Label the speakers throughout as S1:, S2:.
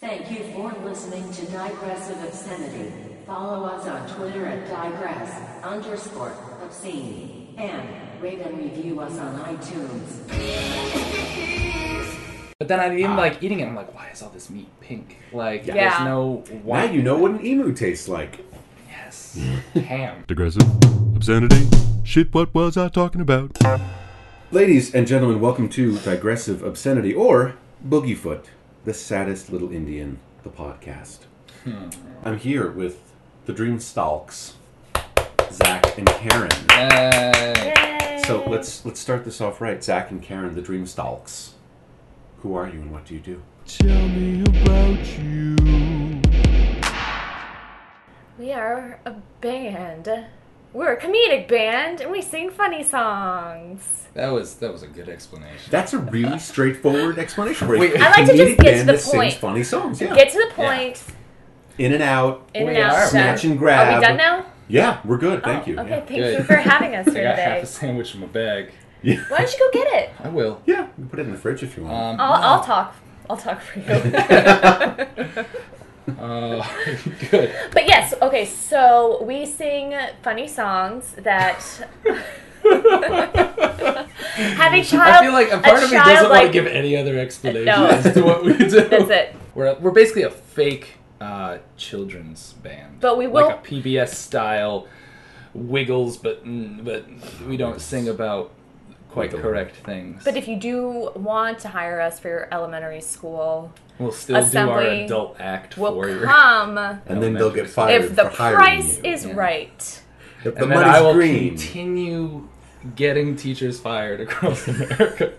S1: Thank you for listening to Digressive Obscenity. Follow us on Twitter at digress underscore obscene. And rate and review us on iTunes.
S2: But then I am like eating it. I'm like, why is all this meat pink? Like, there's
S3: Yeah.
S2: no
S4: Now
S2: white.
S4: you know what an emu tastes like.
S2: Yes, ham.
S5: Digressive. Obscenity. Shit, what was I talking about?
S4: Ladies and gentlemen, welcome to Digressive Obscenity or Boogiefoot, the saddest little Indian, the podcast.
S3: Hmm.
S4: I'm here with the Dream Stalks, Zach and Karen.
S2: Yay.
S4: So let's let's start this off right. Zach and Karen, the Dream Stalks. Who are you and what do you do?
S5: Tell me about you.
S3: We are a band. We're a comedic band and we sing funny songs.
S2: That was that was a good explanation.
S4: That's a really straightforward explanation. for
S2: Wait.
S4: a
S2: I
S3: like to just get
S4: comedic
S3: to
S4: band
S3: the
S4: that sings
S3: point.
S4: funny songs. Yeah,
S3: Get to the point.
S4: in and out.
S3: In
S2: We
S3: and
S2: are
S3: out.
S4: Snatch
S3: done.
S4: and grab.
S3: Are we done now?
S4: Yeah, we're good. Thank you.
S3: Oh, Okay,
S4: Yeah.
S3: thank
S2: Good.
S3: you for having us
S2: I
S3: here
S2: got half
S3: today.
S2: a sandwich in my bag.
S3: Why don't you go get it?
S2: I will.
S4: Yeah, you can put it in the fridge if you want.
S2: Um,
S3: I'll, I'll talk. I'll talk for you.
S2: Uh, good.
S3: But yes, okay, so we sing funny songs that have a child.
S2: I feel like a part of me doesn't want to
S3: childlike-
S2: give any other explanation
S3: No.
S2: as to what we do.
S3: That's it.
S2: We're, we're basically a fake uh, children's band,
S3: But we will-
S2: like a PBS style Wiggles, but mm, but we don't sing about quite
S4: Wiggle.
S2: correct things.
S3: But if you do want to hire us for your elementary school,
S2: we'll still do our
S3: assembly
S2: adult act
S3: we'll
S2: for you.
S3: come
S4: and then they'll get fired
S3: if the
S4: for hiring
S3: price
S4: you.
S3: is
S2: Yeah.
S3: right.
S4: if the
S2: and then
S4: money's
S2: I will
S4: green.
S2: continue getting teachers fired across America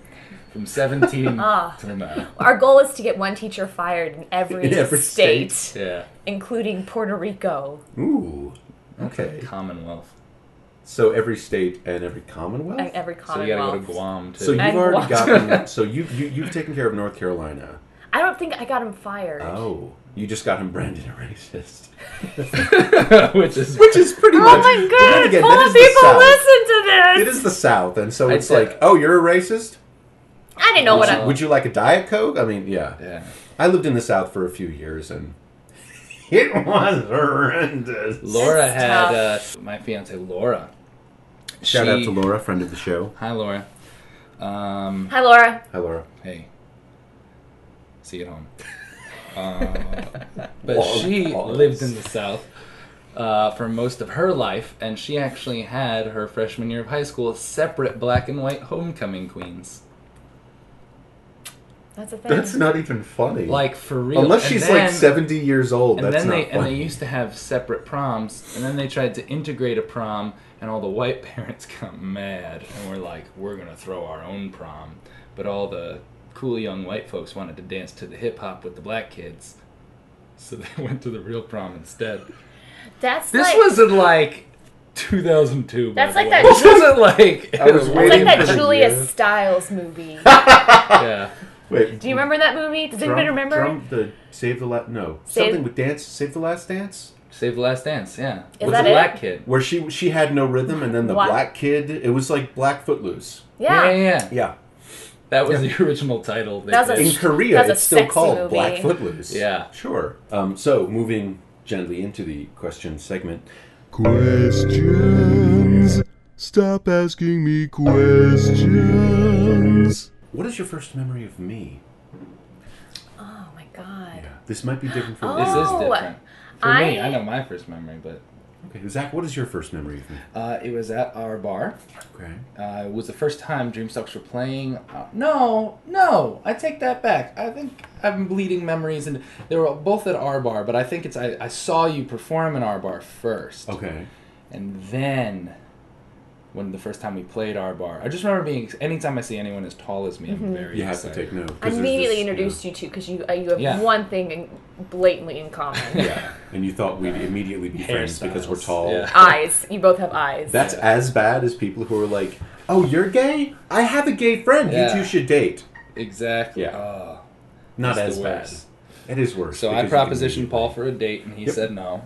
S2: from seventeen
S3: Ah.
S2: till now.
S3: Our goal is to get one teacher fired in every,
S4: In every
S3: state,
S2: Yeah,
S3: including Puerto Rico.
S4: Ooh. Okay.
S2: Commonwealth.
S4: So every state and every commonwealth.
S3: And every
S2: So you gotta go
S3: commonwealth.
S2: to Guam too.
S4: so you've
S3: And
S4: already
S3: what?
S4: gotten. So you, you you've taken care of North Carolina.
S3: I don't think I got him fired.
S4: Oh, you just got him branded a racist,
S2: which is
S4: which is pretty
S3: Oh
S4: much.
S3: my
S4: then
S3: god!
S4: again,
S3: Full
S4: that
S3: of
S4: is the South.
S3: people listen to
S4: It
S3: this.
S4: is the South, and so
S2: I'd
S4: it's
S2: say-
S4: like, oh, you're a racist.
S3: I didn't know
S4: Would
S3: what
S4: you,
S3: I.
S4: would you like a diet coke? I mean, yeah.
S2: yeah.
S4: I lived in the South for a few years, and it was horrendous.
S2: Laura
S3: It's
S2: had uh, my fiance Laura.
S4: Shout out
S2: She-
S4: to Laura, friend of the show.
S2: Hi Laura. Um,
S3: Hi, Laura.
S4: Hi, Laura.
S2: hey. See you at home. Uh, but she
S4: Pause.
S2: lived in the South uh, for most of her life, and she actually had her freshman year of high school separate black and white homecoming queens.
S3: That's a thing.
S4: That's not even funny.
S2: Like for real.
S4: Unless
S2: And
S4: she's
S2: then-
S4: like 70 years old,
S2: And
S4: that's
S2: then
S4: not
S2: they and
S4: funny.
S2: they used to have separate proms, and then they tried to integrate a prom, and all the white parents got mad, and were like, "We're gonna throw our own prom," but all the cool young white folks wanted to dance to the hip hop with the black kids, so they went to the real prom instead.
S3: That's
S2: This
S3: like,
S2: was in like 2002. by
S3: That's
S2: the
S3: like
S2: way.
S3: that-
S2: This wasn't like.
S4: I was
S3: It's
S4: waiting
S3: like that
S4: for the
S3: Julia
S4: year.
S3: Stiles movie.
S2: Yeah.
S4: Wait,
S3: Do you remember that movie? Does anybody remember?
S4: Drum, the Save the Last... No.
S3: Save-
S4: Something with Dance... Save the Last Dance?
S2: Save the Last Dance. Yeah.
S3: Is
S2: with
S3: that
S2: the
S3: it?
S2: black kid.
S4: Where she she had no rhythm, and then the
S3: What?
S4: black kid... It was like Black Footloose.
S3: Yeah.
S2: Yeah, yeah, yeah.
S4: Yeah.
S2: That was the original title. they
S3: That was a
S2: did.
S4: In
S3: That's-
S4: Korea,
S3: that's a
S4: it's still
S3: sexy
S4: called
S3: movie.
S4: Black Footloose.
S2: Yeah.
S4: Sure. Um, so, moving gently into the question segment.
S5: Questions. Stop asking me questions.
S4: What is your first memory of me?
S3: Oh my god.
S4: This might be different for
S2: This is
S3: Oh,
S2: different. For me,
S3: I-
S2: I know my first memory, but
S4: Okay, Zach, what is your first memory of me?
S2: uh, it was at our bar.
S4: Okay.
S2: Uh, it was the first time Dreamstalks were playing. Uh, no, no, I take that back. I think I'm bleeding memories, and they were both at our bar, but I think it's I, I saw you perform in our bar first,
S4: Okay.
S2: and then when the first time we played our bar, I just remember being. Anytime I see anyone as tall as me, I'm very.
S4: You have to
S2: excited.
S4: take note.
S3: I
S4: 'cause there's
S3: immediately
S4: this, you know,
S3: introduced you two because you uh, you have
S2: Yeah.
S3: one thing in, blatantly in common:
S4: Yeah, and you thought we'd immediately be friends because we're
S2: Hairstyles,
S4: tall.
S2: yeah.
S3: eyes. You both have eyes.
S4: That's as bad as people who are like, "Oh, you're gay? I have a gay friend.
S2: Yeah.
S4: You two should date."
S2: Exactly.
S4: Yeah.
S2: Oh.
S4: Not
S2: That's
S4: as
S2: the
S4: bad.
S2: worst.
S4: It is worse.
S2: So I
S4: because you can
S2: propositioned
S4: immediately-
S2: Paul for a date, and he
S4: Yep.
S2: said no.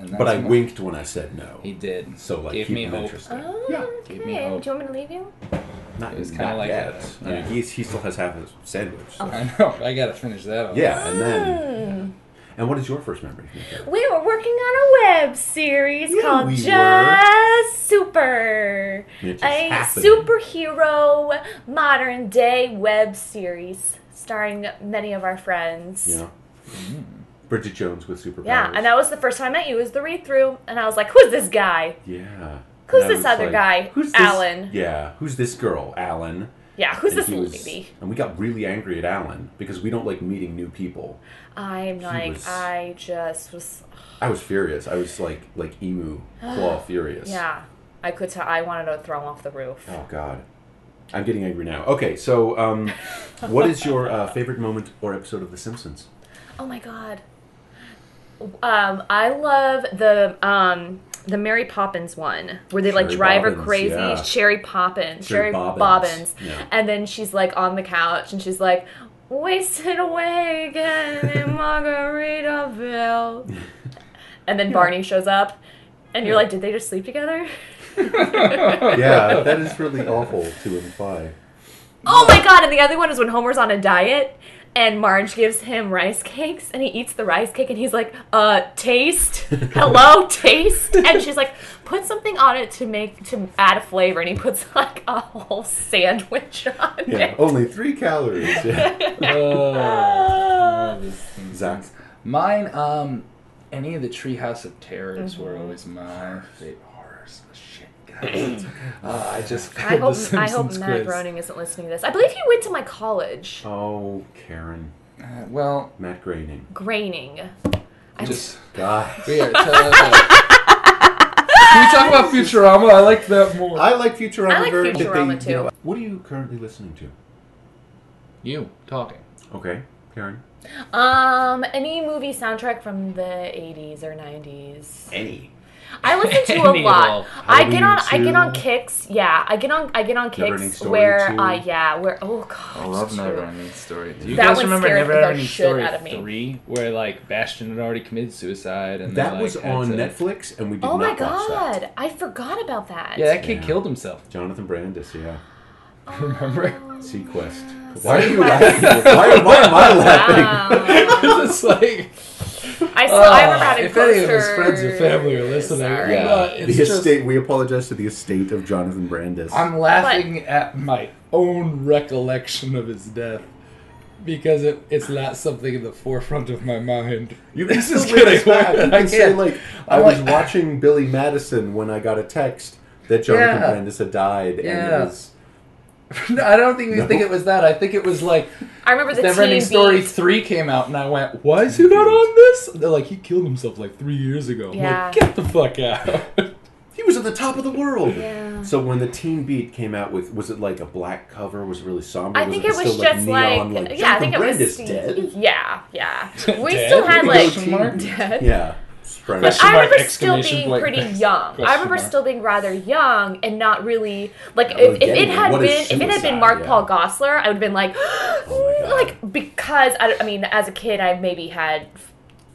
S2: And
S4: but
S2: that's
S4: I
S2: when-
S4: winked when I said no.
S2: He did.
S4: So like,
S2: gave
S4: keep
S2: me
S4: him
S2: hope.
S4: interested.
S3: Oh,
S4: Yeah.
S3: okay.
S2: Give
S3: Do
S2: me
S3: you
S2: hope.
S3: want me to leave you?
S4: Not,
S2: It was kinda
S4: not
S2: like
S4: yet.
S2: that.
S4: I mean,
S2: Yeah.
S4: he's, he still has half his sandwich.
S3: Oh.
S4: so-
S2: I know. I gotta finish that off.
S4: Yeah, and then. And what is your first memory?
S3: We were working on a web series
S4: Yeah,
S3: called
S4: we
S3: Just
S4: were.
S3: Super.
S4: It just
S3: a
S4: happened.
S3: superhero modern day web series starring many of our friends.
S4: Yeah.
S2: Mm.
S4: Bridget Jones with superpowers.
S3: Yeah, and that was the first time I met you was the read through and I was like, Who's this guy?
S4: Yeah.
S3: Who's
S4: And
S3: this
S4: I was
S3: other
S4: like,
S3: guy?
S4: Who's this?
S3: Alan.
S4: Yeah. Who's this girl? Alan.
S3: Yeah, who's
S4: And
S3: this
S4: he was-
S3: lady?
S4: And we got really angry at Alan because we don't like meeting new people.
S3: I'm like,
S4: was-
S3: I just was
S4: I was furious. I was like like emu claw furious.
S3: Yeah. I could tell I wanted to throw him off the roof.
S4: Oh God. I'm getting angry now. Okay, so um, what is your uh, favorite moment or episode of The Simpsons?
S3: Oh my god. Um, I love the um the Mary Poppins one where they like
S4: Sherry
S3: drive her
S4: Bobbins,
S3: crazy.
S4: yeah.
S3: Sherry Poppins,
S4: Sherry
S3: Sherry
S4: Bobbins,
S3: Bobbins,
S4: yeah.
S3: and then she's like on the couch and she's like wasted away again in Margaritaville, and then Barney shows up, and you're like, did they just sleep together?
S4: Yeah, that is really awful to imply.
S3: Oh my god! And the other one is when Homer's on a diet. And Marge gives him rice cakes, and he eats the rice cake, and he's like, "Uh, taste, hello, taste." And she's like, "Put something on it to make to add a flavor," and he puts like a whole sandwich on
S4: Yeah,
S3: it.
S4: only three calories. Yeah.
S2: Oh, this thing's-
S4: Zach.
S2: Mine, um, any of the Treehouse of Terrors were
S3: Mm-hmm.
S2: always my favorite horrors. The shit, guys. uh, I just
S3: I
S2: failed the
S3: hope I hope
S2: Simpsons
S3: Matt
S2: quiz.
S3: Groening isn't listening to this. I believe he went to my college.
S4: Oh, Karen.
S2: Uh, well,
S4: Matt Groening.
S3: Graining. I
S2: just
S4: God.
S2: we are. tell- Can we talk about Futurama? I liked that more.
S4: I like Futurama.
S3: I like
S4: very- but they-
S3: Futurama,
S4: you know,
S3: too.
S4: what are you currently listening to?
S2: you talking?
S4: Okay, Karen.
S3: um any movie soundtrack from the '80s or '90s.
S4: Any.
S3: I listen to a
S2: Any at all.
S3: lot. I get on. I
S4: Halloween
S3: get on
S4: two.
S3: kicks. Yeah, I get on. I get on
S4: Never Ending
S3: kicks
S4: Story
S3: where.
S4: two.
S3: Uh, yeah, where. Oh god.
S2: I love
S3: two.
S2: Never Ending Story. Do you
S3: That
S2: guys
S3: one
S2: remember
S3: scared
S2: Never
S3: the
S2: Ending
S3: shit
S2: Story
S3: out of me.
S2: three, where like Bastion had already committed suicide, and they,
S4: That
S2: like,
S4: was
S2: had
S4: on
S2: to-
S4: Netflix, and we did
S3: Oh my
S4: not watch that.
S3: god! I forgot about that.
S2: Yeah, that kid
S4: Yeah.
S2: killed himself.
S4: Jonathan Brandis, yeah.
S2: Remember?
S3: Oh.
S4: Sequest. Why are you laughing? Why, why am I laughing?
S3: Wow.
S2: it's like.
S3: Um, I still. I remember
S2: Ah,
S3: having
S2: if any of his friends or
S3: posters.
S2: family are listening,
S3: Sorry.
S2: Yeah. Uh, it's
S4: the
S2: just-
S4: estate. We apologize to the estate of Jonathan Brandis.
S2: I'm laughing at my own recollection of his death because it, it's not something in the forefront of my mind.
S4: you can
S2: This is
S4: still bring us
S2: getting
S4: back.
S2: weird.
S4: You can
S2: I
S4: say
S2: can't.
S4: like, i
S2: I'm
S4: was
S2: like-
S4: watching Billy Madison when I got a text that Jonathan
S2: Yeah.
S4: Brandis had died, and
S2: Yeah.
S4: it was
S2: No, I don't think we
S4: No.
S2: think it was that. I think it was like
S3: I remember the
S2: Never Ending
S3: teen
S2: Story
S3: beat.
S2: three came out, and I went, "Why is he not on this?" And they're like, "He killed himself like three years ago." I'm
S3: Yeah.
S2: like, "Get the fuck out!"
S4: He was at the top of the world.
S3: Yeah.
S4: So when the Teen Beat came out with, was it like a black cover? Was it really somber?
S3: I think it
S4: was
S3: was
S4: still
S3: just like,
S4: neon, like,
S3: yeah, I think it
S4: Jonathan
S3: was.
S4: Brandis dead.
S3: Yeah, yeah. We
S2: Dead?
S3: still had
S2: Go
S3: like
S2: Teen Mark?
S3: dead.
S4: Yeah. Spread
S3: But
S4: out.
S2: Question
S3: I
S2: mark,
S3: remember still
S2: exclamation
S3: being
S2: point.
S3: pretty young. I
S2: Question
S3: remember
S2: mark.
S3: still being rather young and not really like
S4: really
S3: if, if it
S4: getting
S3: had
S4: what
S3: been
S4: is
S3: if it had
S4: suicide,
S3: been Mark
S4: yeah. Oh
S3: Paul Gossler, I would have been like,
S4: my God.
S3: like because I, I mean, as a kid, I maybe had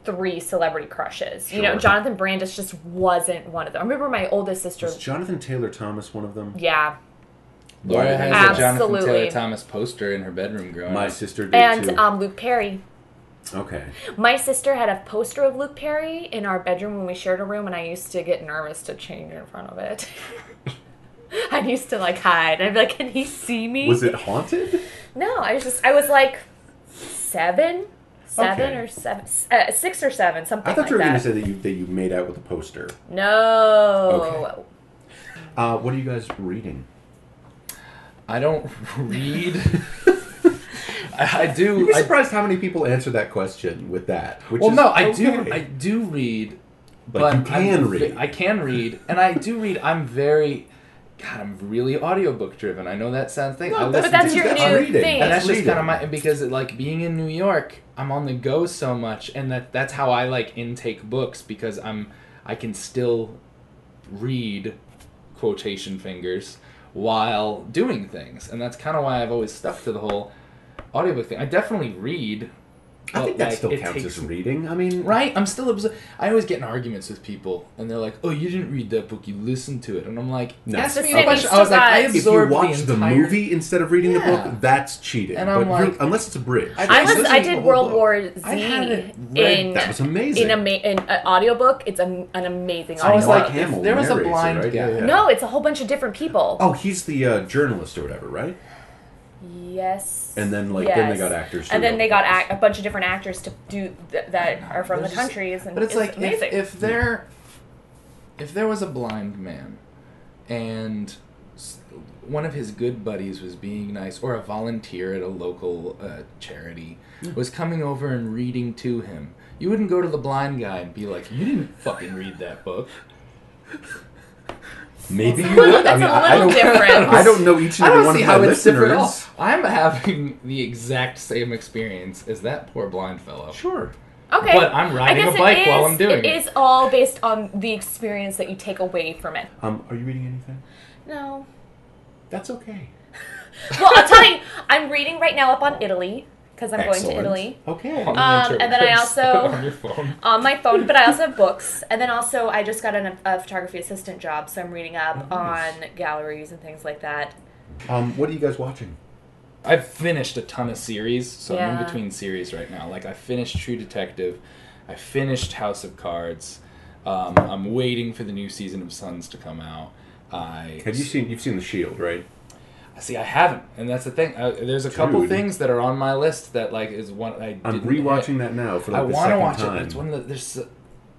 S3: three celebrity crushes. You
S4: Sure.
S3: know, Jonathan Brandis just wasn't one of them. I remember my oldest sister.
S4: Was Jonathan Taylor Thomas one of them?
S3: yeah,
S2: Laura has a Jonathan
S3: Absolutely.
S2: Taylor Thomas poster in her bedroom growing
S4: My
S2: up.
S4: sister did
S3: and
S4: too.
S3: um, Luke Perry.
S4: okay.
S3: My sister had a poster of Luke Perry in our bedroom when we shared a room, and I used to get nervous to change in front of it. I used to like hide. I'd be like, "Can he see me?"
S4: Was it haunted?
S3: No, I was just I was like seven, seven
S4: Okay.
S3: or seven, s- uh, six or seven, something.
S4: I thought
S3: like
S4: you were going to
S3: that.
S4: say that you that you made out with the poster.
S3: no.
S4: Uh, what are you guys reading?
S2: I don't read. I, I do.
S4: You'd be
S2: I
S4: surprised how many people answer that question with that. Which
S2: well,
S4: is
S2: no, I
S4: okay.
S2: do. I do read,
S4: But
S2: but,
S4: you can
S2: I'm-
S4: read.
S2: I can read, and I do read. I'm very, God, I'm really audiobook driven. I know that sounds thing. I
S4: No,
S3: But
S2: listen
S3: that's
S2: to-
S3: your
S4: that's
S3: new
S4: reading.
S3: thing.
S2: and that's
S4: that's
S2: just
S4: reading.
S2: kind of my because it, like being in New York, I'm on the go so much, and that that's how I like intake books because I'm I can still read quotation fingers while doing things, and that's kind of why I've always stuck to the whole audiobook thing. I definitely read,
S4: I think that
S2: like,
S4: still
S2: it
S4: counts
S2: takes
S4: as reading. I mean,
S2: Right? I'm still obs- I always get in arguments with people, and they're like, "Oh, you didn't read that book. You listened to it." And I'm like,
S4: No.
S2: "Ask
S3: That's
S2: me
S3: the
S2: a question."
S3: same
S2: I was like, "I
S3: exercise.
S4: if you
S2: absorbed
S4: watch the,
S2: the, entire-
S4: movie instead of reading
S2: Yeah.
S4: the book, that's cheating.
S2: And I'm
S4: But you're-
S2: like-
S4: unless it's a bridge,
S2: I-
S3: I
S2: It's
S3: was
S2: just
S3: I
S2: the
S3: did
S2: whole
S3: World
S2: book.
S3: War Z
S2: I haven't read-
S3: in
S4: that was amazing.
S3: in a ma- in an audiobook. It's a, an amazing
S2: I was
S3: audiobook.
S2: like,
S4: Mark Hamill
S2: if there was a
S4: narrates it,
S2: blind
S4: right?
S2: guy-
S4: Yeah, yeah.
S3: no, it's a whole bunch of different people.
S4: oh, he's the uh, journalist or whatever, right?
S3: Yes.
S4: And then, like, then they
S3: Yes.
S4: got actors to
S3: And then
S4: do
S3: they
S4: it.
S3: got act- a bunch of different actors to do th- that are from the
S2: There's just-
S3: countries. And
S2: but it's, like if,
S3: amazing.
S2: if there, if there was a blind man, and s- one of his good buddies was being nice, or a volunteer at a local uh, charity was coming over and reading to him, you wouldn't go to the blind guy and be like, "You didn't fucking read that book."
S4: Maybe you would. I
S3: That's
S4: mean,
S3: a
S4: I, I
S3: little
S4: don't.
S3: different.
S4: I don't know each and
S2: I
S4: every
S2: don't
S4: one
S2: see
S4: of
S2: how
S4: my
S2: it's different at all.
S4: listeners.
S2: I'm having the exact same experience as that poor blind fellow.
S4: Sure.
S3: Okay.
S2: But I'm riding
S3: I guess
S2: a bike
S3: it
S2: while
S3: is-
S2: I'm doing it.
S3: It is all based on the experience that you take away from it.
S4: Um, are you reading anything?
S3: No.
S4: That's okay.
S3: Well, I'll tell you, I'm reading right now up on Italy because I'm going to Italy
S4: Okay.
S2: On the
S3: Um, and then I
S2: interwebs,
S3: also-
S2: on your phone.
S3: on my phone, but I also have books. And then also, I just got an, a photography assistant job, so I'm reading up
S4: Nice.
S3: on galleries and things like that.
S4: Um, what are you guys watching?
S2: I've finished a ton of series, so I'm
S3: Yeah.
S2: in between series right now. Like I finished True Detective, I finished House of Cards. Um, I'm waiting for the new season of Sons to come out. I
S4: Have you seen? You've seen The Shield, right?
S2: see. I haven't, and that's the thing. Uh, there's a couple
S4: Dude.
S2: things that are on my list that like is one I
S4: I'm
S2: didn't
S4: rewatching that now for like
S2: I
S4: the
S2: want to
S4: second
S2: watch it.
S4: time.
S2: But it's one of the there's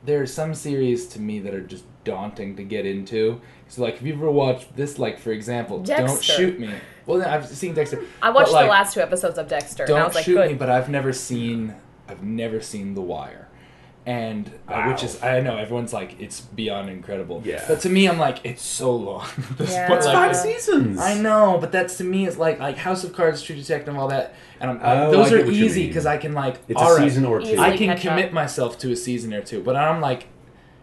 S2: there are some series to me that are just daunting to get into. So like, if you've ever watched this, like for example, don't
S3: Dexter.
S2: shoot me. Well, no, I've seen Dexter.
S3: I watched
S2: but, like,
S3: the last two episodes of Dexter, and I
S2: Don't
S3: was like,
S2: shoot
S3: good.
S2: me, but I've never seen I've never seen The Wire. And uh, which is I know everyone's like it's beyond incredible.
S4: Yeah.
S2: But to me, I'm like it's so long. at this
S3: Yeah.
S2: point,
S3: It's
S2: like, uh,
S4: Five seasons.
S2: I know, but that's to me is like like House of Cards, True Detective, all that, and I'm,
S4: Oh,
S2: those
S4: I get
S2: are
S4: what you
S2: easy
S4: mean.
S2: because I can like
S4: It's
S2: all
S4: a
S2: right,
S4: season or two.
S3: Easily.
S2: I can
S3: catch up.
S2: commit myself to a season or two, but I'm like,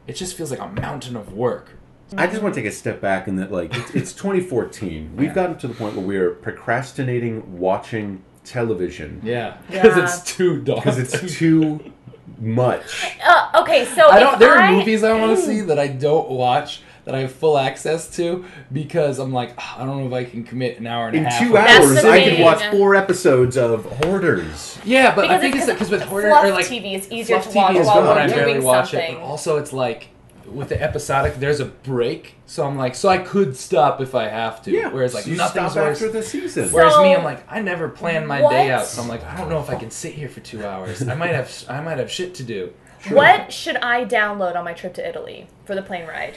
S2: it just feels like a mountain of work.
S4: I just want to take a step back in that, like, it's, it's 2014. We've gotten to the point where we're procrastinating watching television
S2: Yeah, because
S3: Yeah.
S2: it's too dark.
S4: because it's too much.
S3: Uh, okay, so
S2: I don't.
S3: if
S2: There are
S3: I- Mm.
S2: movies I want to see that I don't watch that I have full access to because I'm like, "Ah, I don't know if I can commit an hour and
S4: In
S2: a half.
S4: two
S2: of-"
S3: That's
S4: hours,
S3: the
S4: I can watch
S3: thing.
S4: four episodes of Hoarders.
S2: Yeah, but I
S3: Because
S2: think
S3: it's-
S2: it's because with
S3: fluff
S2: horror or like
S3: TV is easier
S2: fluff
S3: to watch
S2: is
S4: while
S2: good,
S4: we're
S2: I barely
S3: doing
S2: watch it,
S3: something.
S2: but also it's like with the episodic, there's a break, so I'm like, so I could stop if I have to. Whereas like
S4: you
S2: nothing's
S4: stop
S2: worse.
S4: after the season.
S2: Whereas me,
S3: So-
S2: I'm like, I never plan my
S3: What?
S2: day out, so I'm like, I don't know if I can sit here for two hours. I might have, I might have shit to do.
S3: What should I download on my trip to Italy for the plane ride?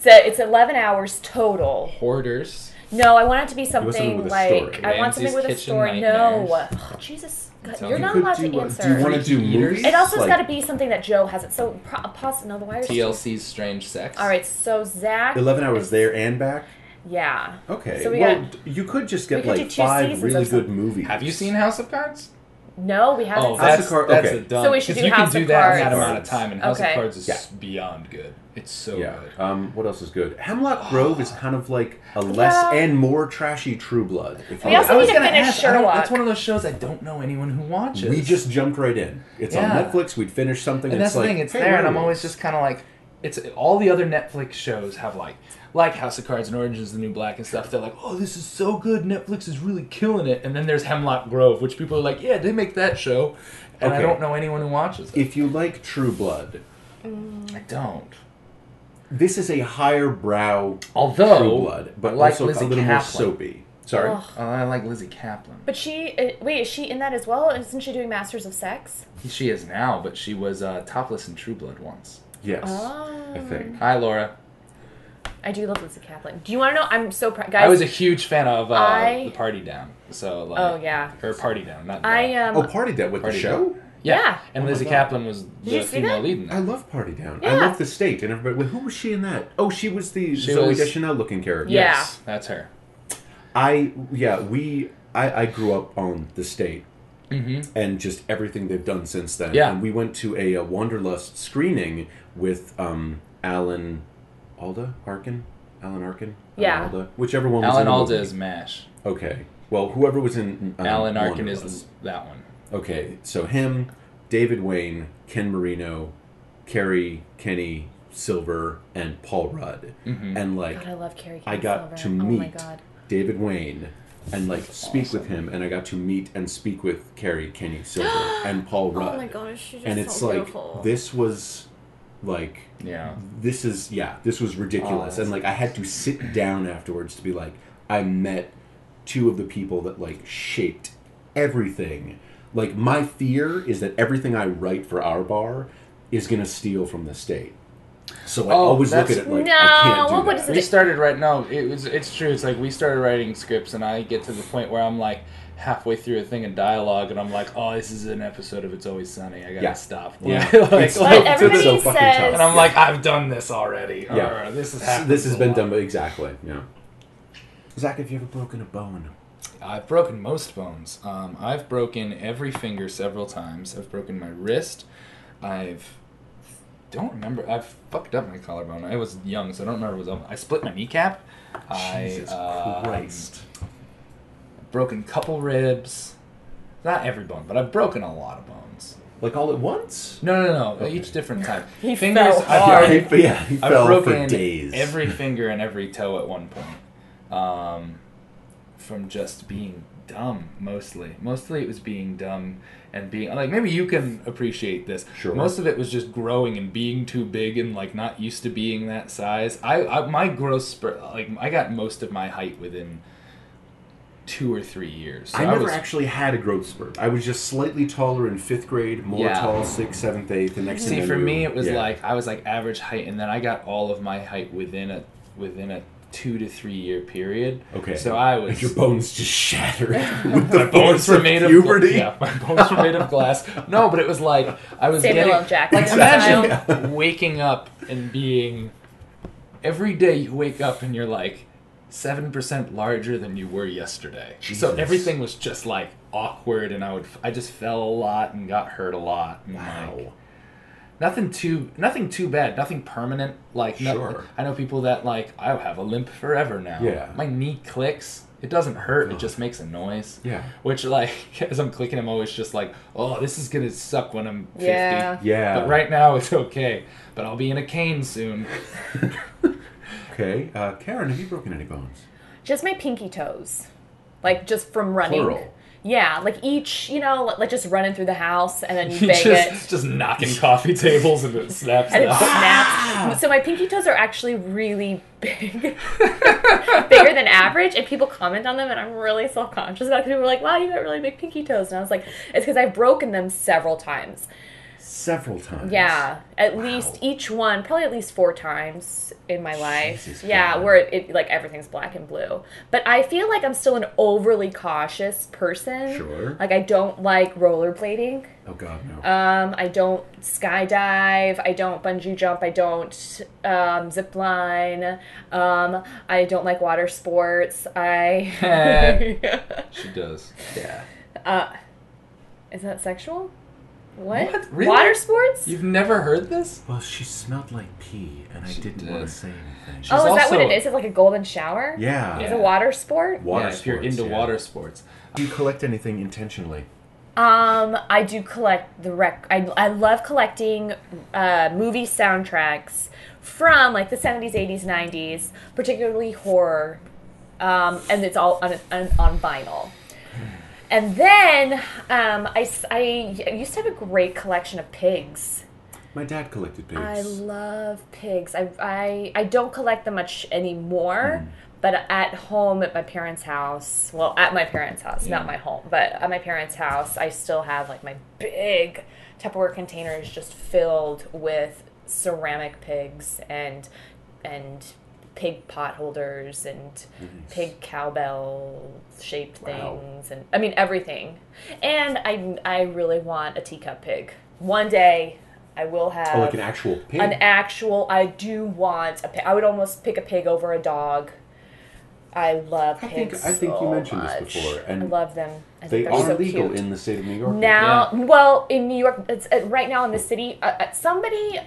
S3: So it's 11 hours total.
S2: Hoarders.
S3: No, I want it to be
S4: want
S3: something
S4: something with a
S3: like
S4: story.
S3: I want
S2: Ramsay's
S3: something with a
S2: Kitchen
S3: story. No,
S2: Nightmares.
S3: Ugh, Jesus, God,
S2: Tell
S3: you're
S2: me.
S3: not
S4: Could
S3: allowed
S4: do,
S2: uh,
S3: to
S4: what-
S3: answer.
S4: Do you want to
S2: Freaky
S4: do
S2: eaters.
S4: movies?
S3: It also has
S4: Like,
S3: got to be something that Joe hasn't. So pro- possibly no, the wires.
S2: TLC's Strange Sex.
S3: All right, so Zach.
S4: 11 hours
S3: is-
S4: there and back.
S3: Yeah.
S4: Okay.
S3: So we
S4: well,
S3: got-
S4: d- you could just
S3: we
S4: get
S3: could do
S4: like
S3: two
S4: five
S3: seasons
S4: really
S3: of some-
S4: good movies.
S2: Have you seen House of Cards?
S3: No, we haven't.
S2: Oh,
S3: seen-
S2: that's,
S4: of Cards-
S2: that's
S4: okay.
S2: a dumb.
S3: So we should
S2: 'cause
S3: do
S2: you
S3: House
S2: can do
S3: of
S2: that in that
S3: Cards.
S2: amount of time, and House
S3: Okay.
S2: of Cards is
S4: Yeah.
S2: beyond good. It's so
S4: Yeah.
S2: good.
S4: Um, what else is good?
S2: Oh.
S4: Hemlock Grove is kind of like a less
S3: Yeah.
S4: and more trashy True Blood. If
S3: We
S4: you
S3: also
S4: will.
S3: need to finish
S2: I don't-
S3: Sherlock.
S2: That's one of those shows I don't know anyone who watches.
S4: we just jumped right in. It's
S2: Yeah.
S4: on Netflix. We'd finish something.
S2: and that's the
S4: like,
S2: thing. It's
S4: hey,
S2: there, and
S4: wait a
S2: I'm
S4: minute.
S2: always just kind of like, it's all the other Netflix shows have like, like House of Cards and Orange is the New Black and stuff. They're like, oh, this is so good. Netflix is really killing it. And then there's Hemlock Grove, which people are like, yeah, they make that show, and I
S4: Okay.
S2: don't know anyone who watches it.
S4: If you like True Blood,
S2: I don't.
S4: this is a higher brow
S2: Although,
S4: True Blood, but
S2: I like
S4: also
S2: Lizzie
S4: a little more
S2: Kaplan.
S4: soapy. Sorry.
S3: Ugh.
S2: Oh, I like Lizzie Kaplan.
S3: But she uh, wait, is she in that as well? Isn't she doing Masters of Sex?
S2: She is now, but she was uh, topless in True Blood once.
S4: Yes.
S3: Oh.
S4: I think.
S2: Hi, Laura.
S3: I do love Lizzie Kaplan. Do you want to know? I'm so proud, guys.
S2: I was a huge fan of uh,
S3: I-
S2: the Party Down. So like,
S3: Oh, yeah.
S2: or Party Down, not
S3: I
S2: Down.
S3: um.
S4: oh, Party Down with
S2: Party
S4: the show.
S2: Down. Yeah.
S3: Yeah.
S2: And Lizzie
S4: Oh God.
S2: Kaplan was the
S3: you see
S2: female
S3: that?
S2: lead in that.
S4: I love Party Down. I
S3: Yeah.
S4: love the state and everybody. Well, who was she in that? Oh, she was the
S2: She
S4: Zoe
S2: was-
S4: Deschanel looking character.
S3: Yeah.
S2: Yes, that's her.
S4: I yeah we I, I grew up on the state and just everything they've done since then.
S2: Mm-hmm. Yeah.
S4: and we went to a, uh Wanderlust screening with um, Alan Alda Arkin, Alan Arkin,
S3: Yeah.
S4: Alan Alda, whichever one. was in
S2: Alan
S4: the
S2: Alda
S4: movie.
S2: is Mash.
S4: okay. Well, whoever was in um,
S2: Alan Arkin
S4: Wanderlust.
S2: is that one.
S4: Okay, so him, David Wayne, Ken Marino, Kerry, Kenny, Silver, and Paul Rudd.
S2: Mm-hmm.
S4: And like,
S3: God, I love Carrie.
S4: I
S3: King
S4: got to
S3: Silver. Oh my
S4: meet
S3: god.
S4: David Wayne and like speak with him, and I got to meet and speak with Carrie, Kenny, Silver, and Paul Rudd.
S3: Oh my gosh, she's just
S4: and it's
S3: so
S4: like
S3: beautiful.
S4: this was like
S2: Yeah.
S4: this is yeah this was ridiculous and like i had to sit down afterwards to be like i met two of the people that like shaped everything like my fear is that everything i write for our bar is going to steal from the state so i
S2: Oh,
S4: always look at
S2: that's-
S4: it like
S3: No,
S4: i can't do
S3: what would
S4: that.
S3: it-
S2: we started right no it was it's true it's like we started writing scripts and i get to the point where i'm like halfway through a thing of dialogue and i'm like oh this is an episode of it's always sunny i gotta
S4: Yeah.
S2: stop
S4: Yeah.
S2: Like,
S4: It's-
S2: like-
S3: But
S4: it's
S3: everybody
S4: so fucking tough.
S3: says-
S2: and i'm like i've done this already
S4: Yeah.
S2: yeah this has happened
S4: this has
S2: a
S4: been
S2: lot.
S4: done but exactly yeah zach have you ever broken a bone
S2: I've broken most bones. Um, I've broken every finger several times. I've broken my wrist. I've don't remember. I've fucked up my collarbone. I was young, so I don't remember. What was up. I split my kneecap.
S4: jesus
S2: I, uh,
S4: christ
S2: Broken couple ribs. Not every bone, but I've broken a lot of bones.
S4: like all at once
S2: No, no, no. Each different time.
S3: He
S2: Fingers
S3: fell
S2: I've
S3: hard.
S2: broken-
S4: Yeah, he- yeah, he
S2: I've
S4: fell for
S2: broken
S4: days.
S2: every finger and every toe at one point, um, from just being dumb. Mostly, mostly it was being dumb and being like maybe you can appreciate this.
S4: Sure.
S2: Most of it was just growing and being too big and like not used to being that size. I, I my growth spurt like I got most of my height within two or three years. So
S4: I never
S2: was-
S4: actually had a growth spurt. I was just slightly taller in fifth grade, more
S2: Yeah.
S4: tall sixth, seventh, eighth. The next thing
S2: See,
S4: I
S2: for
S4: knew-
S2: me, it was
S4: yeah.
S2: like I was like average height, and then I got all of my height within a within a two to three year period.
S4: okay,
S2: So I
S4: And
S2: was.
S4: your bones just shattered with the
S2: my bones
S4: force
S2: were
S4: of
S2: made of
S4: puberty.
S2: yeah. My bones were made of glass. No, but it was like I was
S3: Samuel
S2: getting
S3: L. Jackson
S2: like
S3: style.
S2: imagine waking up and being every day you wake up and you're like seven percent larger than you were yesterday. So
S4: Jesus.
S2: everything was just like awkward, and I would I just fell a lot and got hurt a lot. And
S4: Wow.
S2: Like, nothing too nothing too bad nothing permanent like no,
S4: Sure.
S2: i know people that like i have a limp forever now
S4: Yeah.
S2: my knee clicks it doesn't hurt it just makes a noise
S4: Yeah.
S2: which like as i'm clicking i'm always just like oh this is gonna suck when i'm 50
S3: Yeah.
S4: Yeah.
S2: but right now it's okay but i'll be in a cane soon
S4: Okay. Uh, Karen, have you broken any bones?
S3: Just my pinky toes, like just from running.
S4: Plural.
S3: Yeah, like each, you know, like just running through the house and then you bang
S2: just
S3: it.
S2: just knocking coffee tables and it snaps
S3: and it
S4: Ah!
S2: out
S3: snaps. So my pinky toes are actually really big, bigger than average, and people comment on them, and I'm really self conscious about it 'cause people are like, "Wow, you got really big pinky toes," and I was like, "It's because I've broken them several times.
S4: Several times.
S3: Yeah, at least each one, probably at least four times in my life.
S4: Jesus
S3: yeah,
S4: God.
S3: where it, it like everything's black and blue. But I feel like I'm still an overly cautious person.
S4: Sure.
S3: Like I don't like rollerblading.
S4: Oh God, no.
S3: Um, I don't skydive. I don't bungee jump. I don't um, zip line. Um, I don't like water sports. I
S2: she does
S4: yeah.
S3: Uh, is that sexual? What?
S2: What? Really?
S3: Water sports?
S2: you've never heard this
S4: Well, she smelled like pee, and I
S2: She
S4: didn't
S2: did.
S4: want to say anything.
S3: oh, is
S2: She's
S3: that what
S2: also-
S3: it is? It's like a golden shower.
S4: yeah.
S3: It's a water sport.
S4: Water
S2: yeah, if you're
S4: sports,
S2: into
S4: yeah.
S2: water sports
S4: Do you collect anything intentionally?
S3: Um, I do collect the rec. I, I love collecting uh, movie soundtracks from like the seventies, eighties, nineties, particularly horror, um, and it's all on, on, on vinyl. And then um, I, s- I used to have a great collection of pigs.
S4: My dad collected pigs.
S3: I love pigs. I, I, I don't collect them much anymore,
S4: Hmm.
S3: but at home at my parents' house, well, at my parents' house, not my home, but at my parents' house, I still have like my big Tupperware containers just filled with ceramic pigs and and pig pot holders and pig cowbell shaped
S4: Wow.
S3: things and I mean everything. And I I really want a teacup pig. One day I will have
S4: oh, like an actual pig.
S3: an actual i do want a pig i would almost pick a pig over a dog i love
S4: I
S3: pigs
S4: think- I think you
S3: so
S4: mentioned this
S3: much.
S4: before, and
S3: i love them I
S4: they
S3: think
S4: are
S3: they're so
S4: legal
S3: cute.
S4: in the state of New York.
S3: now well in new york it's uh, right now in the city uh, uh, somebody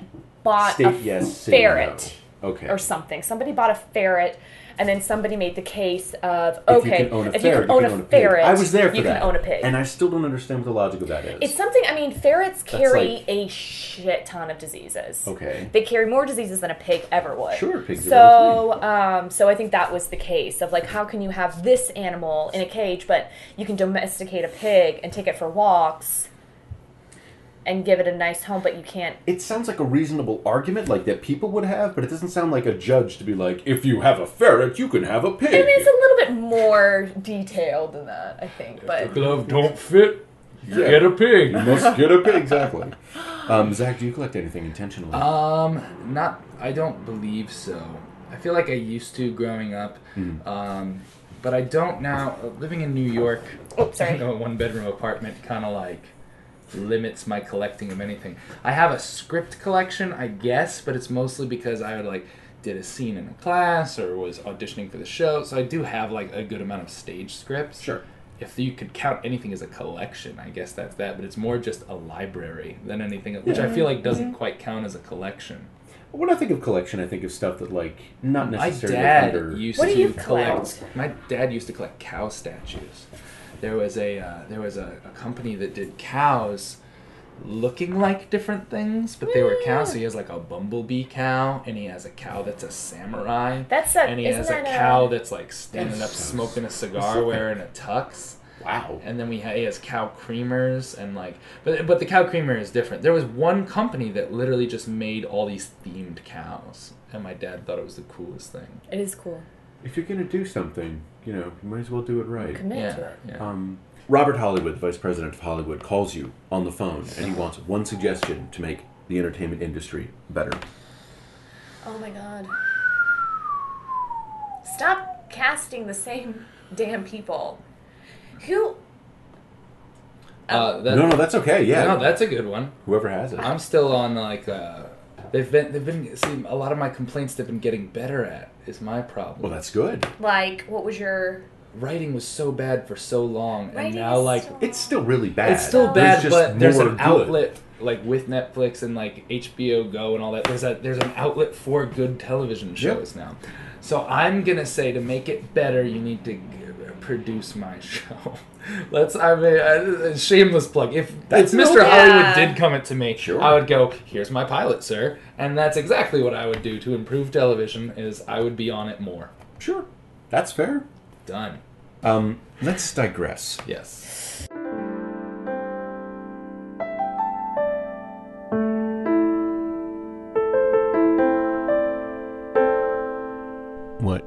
S3: bought a
S4: state yes, city,
S3: ferret
S4: no. Okay.
S3: or something somebody bought a ferret and then somebody made the case of
S4: If
S3: okay,
S4: you can own a
S3: if
S4: ferret,
S3: you can own a
S4: pig.
S3: ferret,
S4: I was there for
S3: you
S4: that.
S3: can own a pig.
S4: And I still don't understand what the logic of that is.
S3: It's something. I mean, ferrets carry
S4: like-
S3: a shit ton of diseases.
S4: Okay.
S3: They carry more diseases than a pig ever would.
S4: Sure, pigs are really
S3: So, um, so I think that was the case of like, how can you have this animal in a cage, but you can domesticate a pig and take it for walks and give it a nice home, but you can't.
S4: it sounds like a reasonable argument like that people would have, but it doesn't sound like a judge to be like, if you have a ferret, you can have a pig.
S3: It is a little bit more detailed than that, I think. But
S2: glove don't fit.
S4: Yeah.
S2: Get a pig.
S4: You must get a pig, exactly. Um, Zach, do you collect anything intentionally?
S2: Um, not. I don't believe so. I feel like I used to growing up, um, but I don't now. Uh, Living in New York,
S3: oh, sorry.
S2: in a one-bedroom apartment, kind of like limits my collecting of anything. I have a script collection, I guess, but it's mostly because I would like did a scene in a class or was auditioning for the show, so I do have like a good amount of stage scripts.
S4: Sure.
S2: If you could count anything as a collection, I guess that's that, but it's more just a library than anything, which I feel like
S3: Mm-hmm.
S2: doesn't quite count as a collection.
S4: when I think of collection, I think of stuff that, like, not
S2: My
S4: necessarily
S2: dad
S4: under.
S2: used
S3: What do
S2: to
S3: you
S2: collect?
S3: collect?
S2: My dad used to collect cow statues. There was a uh, there was a, a company that did cows looking like different things, but they were cows. So he has like a bumblebee cow, and he has a cow that's a samurai.
S3: That's a-
S2: and he
S3: isn't
S2: has a
S3: that a-
S2: cow that's like standing up,
S4: That's-
S2: smoking a cigar, wearing a tux.
S4: wow.
S2: And then we ha he has cow creamers and like, but but the cow creamer is different. There was one company that literally just made all these themed cows, and my dad thought it was the coolest thing.
S3: It is cool.
S4: If you're going to do something, you know, you might as well do it right.
S3: Commit to
S2: Yeah,
S3: it.
S2: yeah.
S4: Um, Robert Hollywood, the vice president of Hollywood, calls you on the phone and he wants one suggestion to make the entertainment industry better.
S3: Oh my god. Stop casting the same damn people. Who
S2: Uh, that,
S4: no, no, that's okay. Yeah.
S2: no, that's a good one.
S4: Whoever has it.
S2: I'm still on like uh, they've been they've been see a lot of my complaints they've been getting better at is my problem.
S4: well, that's good.
S3: like what was your
S2: Writing was so bad for so long, and
S3: Writing
S2: now
S3: is
S2: like
S3: so-
S4: It's still really bad.
S2: it's still
S4: There's
S2: bad,
S4: just
S2: but there's
S4: more
S2: an
S4: good.
S2: outlet like with Netflix and like HBO Go and all that. There's a there's an outlet for good television shows now. So I'm gonna say to make it better, you need to g- produce my show. Let's I mean a shameless plug. If
S4: That's
S2: if Mr.
S4: no-
S2: Hollywood
S3: Yeah.
S2: did come it to me,
S4: Sure.
S2: I would go. Here's my pilot, sir, and that's exactly what I would do to improve television. Is I would be on it more.
S4: Sure. That's fair.
S2: Done.
S4: Um, let's digress.
S2: Yes.
S4: What?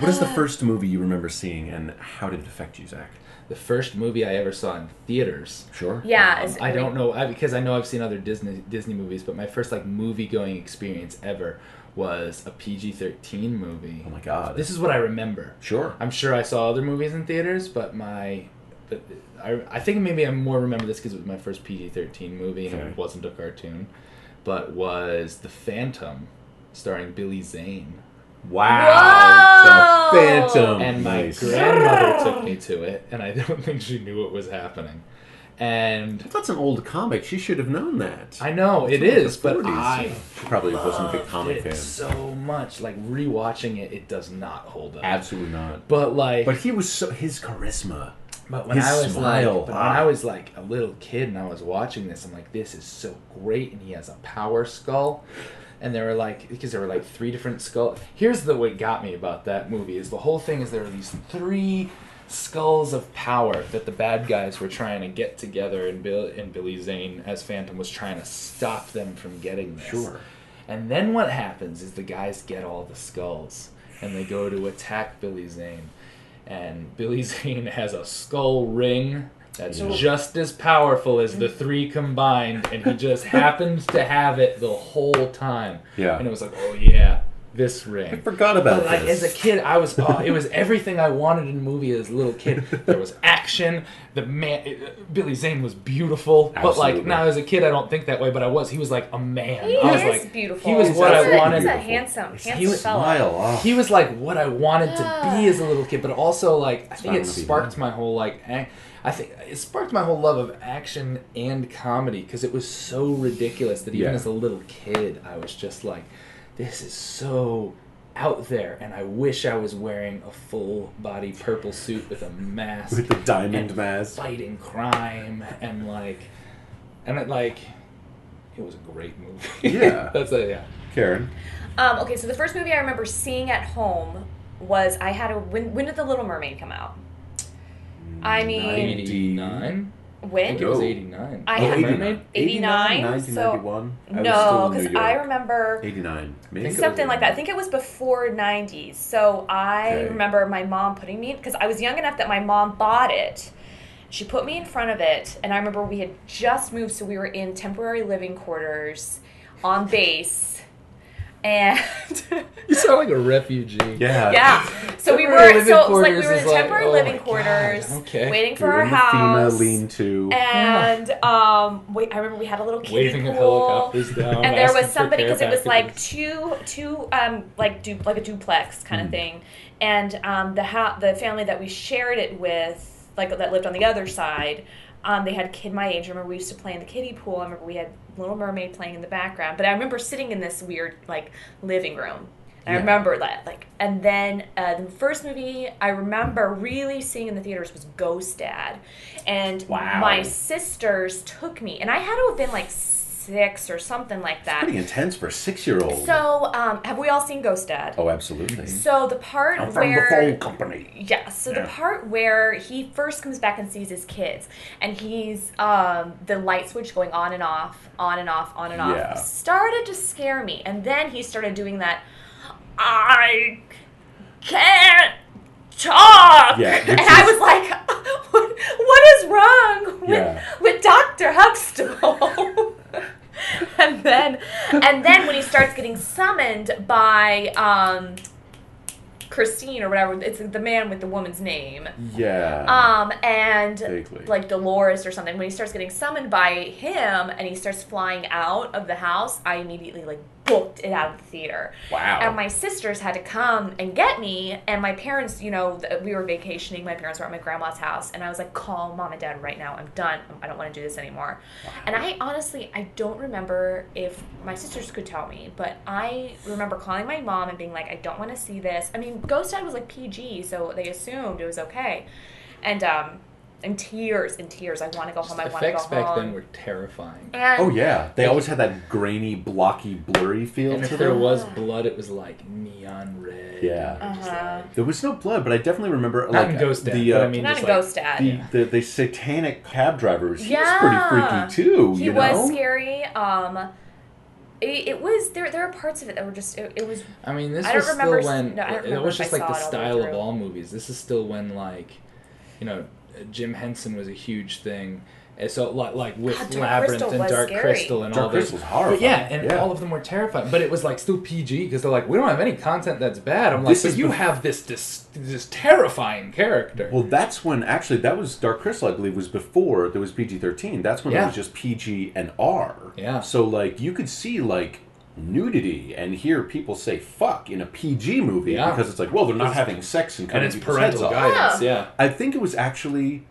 S4: What is the
S3: Uh.
S4: first movie you remember seeing and how did it affect you, Zach?
S2: The first movie I ever saw in theaters
S4: Sure.
S3: Yeah,
S2: Um,
S3: is-
S2: I don't know I, because I know I've seen other Disney Disney movies, but my first like movie going experience ever was a PG thirteen movie.
S4: Oh my god.
S2: This is what I remember.
S4: Sure.
S2: I'm sure I saw other movies in theaters, but my but I, I think maybe I more remember this because it was my first PG thirteen movie and
S4: Okay.
S2: it wasn't a cartoon, but was the Phantom, starring Billy Zane.
S4: wow.
S3: Whoa!
S4: The Phantom.
S2: and my
S4: Oh, Nice.
S2: grandmother took me to it, and I don't think she knew what was happening, and.
S4: That's an old comic. She should have known that.
S2: I know it is, but I
S4: She probably wasn't a big comic
S2: it
S4: fan.
S2: so much. Like rewatching it, it does not hold up.
S4: Absolutely not.
S2: But like,
S4: But he was so his charisma.
S2: but when
S4: his
S2: I was
S4: smile,
S2: like, but
S4: ah.
S2: when I was like a little kid and I was watching this, I'm like, this is so great, and he has a power skull. And there were like, because there were like three different skulls. Here's the what got me about that movie is the whole thing is there were these three skulls of power that the bad guys were trying to get together, and Bill and Billy Zane as Phantom was trying to stop them from getting this.
S4: Sure.
S2: And then what happens is the guys get all the skulls and they go to attack Billy Zane. And Billy Zane has a skull ring that's just as powerful as the three combined, and he just happens to have it the whole time.
S4: Yeah.
S2: And it was like, oh yeah, this ring.
S4: Forgot about
S2: But like
S4: this.
S2: as a kid, I was oh, it was everything I wanted in a movie as a little kid. There was action. The man it- Billy Zane was beautiful, but like
S4: Absolutely.
S2: now as a kid, I don't think that way. But I was. He was like a man.
S3: He
S2: I was
S3: is
S2: like
S3: beautiful.
S2: He was
S3: He's
S2: what
S3: a-
S2: I wanted.
S3: He's a handsome,
S4: It's-
S3: handsome
S2: he was
S3: fella.
S4: Smile. ah.
S2: He was like what I wanted to be
S3: Yeah.
S2: as a little kid, but also like I think
S4: not
S2: it
S4: gonna be
S2: sparked my whole like ac- I think it sparked my whole love of action and comedy because it was so ridiculous that even
S4: Yeah.
S2: as a little kid I was just like, this is so out there, and I wish I was wearing a full body purple suit with a mask,
S4: With the diamond
S2: and
S4: mask.
S2: fighting crime, and like, and it like, it was a great movie.
S4: Yeah.
S2: that's it. Yeah,
S4: Karen. Oh,
S3: Um, okay, so the first movie I remember seeing at home was I had a when, when did The Little Mermaid come out? I mean,
S2: eighty nine. I think it
S3: when?
S2: was
S4: Oh.
S2: eighty nine.
S3: I had-
S4: 89.
S3: 89,
S4: 1991. I was
S3: No,
S4: still in
S3: because
S4: New
S3: I
S4: York.
S3: remember
S4: 89.
S2: I think
S4: Maybe.
S2: it was
S3: something like that. I think it was before '90s. So I
S4: Okay.
S3: remember my mom putting me because I was young enough that my mom bought it. She put me in front of it, and I remember we had just moved, so we were in temporary living quarters on base, and.
S2: You sound like a refugee.
S4: Yeah.
S3: yeah. So we
S2: Temporary
S3: were
S2: living
S3: so it was like we
S2: quarters
S3: were in
S2: is like,
S3: temporary
S2: oh my
S3: living
S2: God,
S3: quarters,
S2: okay.
S3: waiting for
S4: We were
S3: our
S4: in the FEMA
S3: house.
S4: lean-to.
S3: And um, wait, I remember we had a little kiddie
S2: Waving
S3: pool,
S2: the helicopters down.
S3: and there
S2: asking
S3: was
S2: for
S3: somebody because
S2: care
S3: it was like
S2: packages.
S3: two two um like du- like a duplex kind
S2: Mm.
S3: of thing, and um the ha- the family that we shared it with like that lived on the other side. Um, they had a kid my age. I remember we used to play in the kiddie pool. I remember we had Little Mermaid playing in the background. But I remember sitting in this weird like living room. And I
S2: Yeah.
S3: remember that like. And then uh, the first movie I remember really seeing in the theaters was Ghost Dad, and
S4: Wow.
S3: my sisters took me, and I had to have been like six or something like that.
S4: Pretty intense for a six-year-old.
S3: So, um, have we all seen Ghost Dad?
S4: oh, absolutely.
S3: So the part
S4: I'm from the
S3: where
S4: phone company.
S3: yeah, so the
S4: Yeah.
S3: part where he first comes back and sees his kids, and he's um, the light switch going on and off, on and off, on and off,
S4: Yeah.
S3: started to scare me, and then he started doing that. I can't talk,
S4: Yeah, which
S3: and I
S4: is-
S3: was like, what, what is wrong with,
S4: Yeah.
S3: with Doctor Huxtable? and then, and then when he starts getting summoned by. Um, Christine or whatever. It's the man with the woman's name.
S4: Yeah.
S3: Um, and
S4: Vaguely.
S3: like Dolores or something. When he starts getting summoned by him and he starts flying out of the house, I immediately like booked it out of the theater.
S4: wow.
S3: And my sisters had to come and get me. And my parents, you know, th- we were vacationing. My parents were at my grandma's house. And I was like, call mom and dad right now. I'm done. I don't want to do this anymore. And I honestly, I don't remember if my sisters could tell me, but I remember calling my mom and being like, I don't want to see this. I mean, Ghost Dad was like PG, so they assumed it was okay. And, um, in tears, in tears. I want to go home. I want to go
S2: effects
S3: home.
S2: back then were terrifying.
S3: and
S4: oh yeah, they always had that grainy, blocky, blurry feel
S2: And
S4: to
S2: if
S4: them.
S2: there was blood, it was like neon red.
S4: Yeah.
S2: And just
S3: Uh-huh.
S2: like-
S4: There was no blood, but I definitely remember
S2: Not
S4: like
S2: in Ghost Dad,
S4: the
S2: but
S4: uh,
S2: I mean
S3: not
S2: just
S3: a
S2: like,
S3: Ghost Dad.
S4: the, the the satanic cab drivers. He
S3: Yeah.
S4: was pretty freaky too.
S3: He
S4: you
S3: was
S4: know?
S3: scary. Um, it, it was there. There are parts of it that were just. It, it was.
S2: I mean, this
S3: I don't
S2: was still
S3: remember s-
S2: when
S3: no, I don't
S2: it
S3: remember
S2: was
S3: if I
S2: just like the
S3: saw it all the
S2: style
S3: way
S2: of
S3: through.
S2: all movies. This is still when like, you know, Jim Henson was a huge thing. And so like, like with
S3: God, Dark
S2: Labyrinth
S3: Crystal
S2: and
S3: was
S2: Dark
S3: scary.
S2: Crystal and
S4: Dark
S2: all those.
S4: Crystal's horrifying.
S2: But yeah, and
S4: Yeah.
S2: all of them were terrifying. But it was like still PG because they're like, we don't have any content that's bad. I'm like,
S4: This
S2: but
S4: is
S2: you
S4: bef-
S2: have this this this terrifying character.
S4: Well, that's when actually that was Dark Crystal, I believe, was before there was PG thirteen. That's when it
S2: Yeah.
S4: was just PG and R.
S2: Yeah.
S4: So like you could see like nudity and hear people say fuck in a PG movie
S2: Yeah.
S4: because it's like, well, they're not
S2: It's-
S4: having sex and
S2: and
S4: cutting
S2: it's
S4: people's heads Hmm.
S2: parental
S4: off.
S2: guidance. Yeah.
S4: I think it was actually,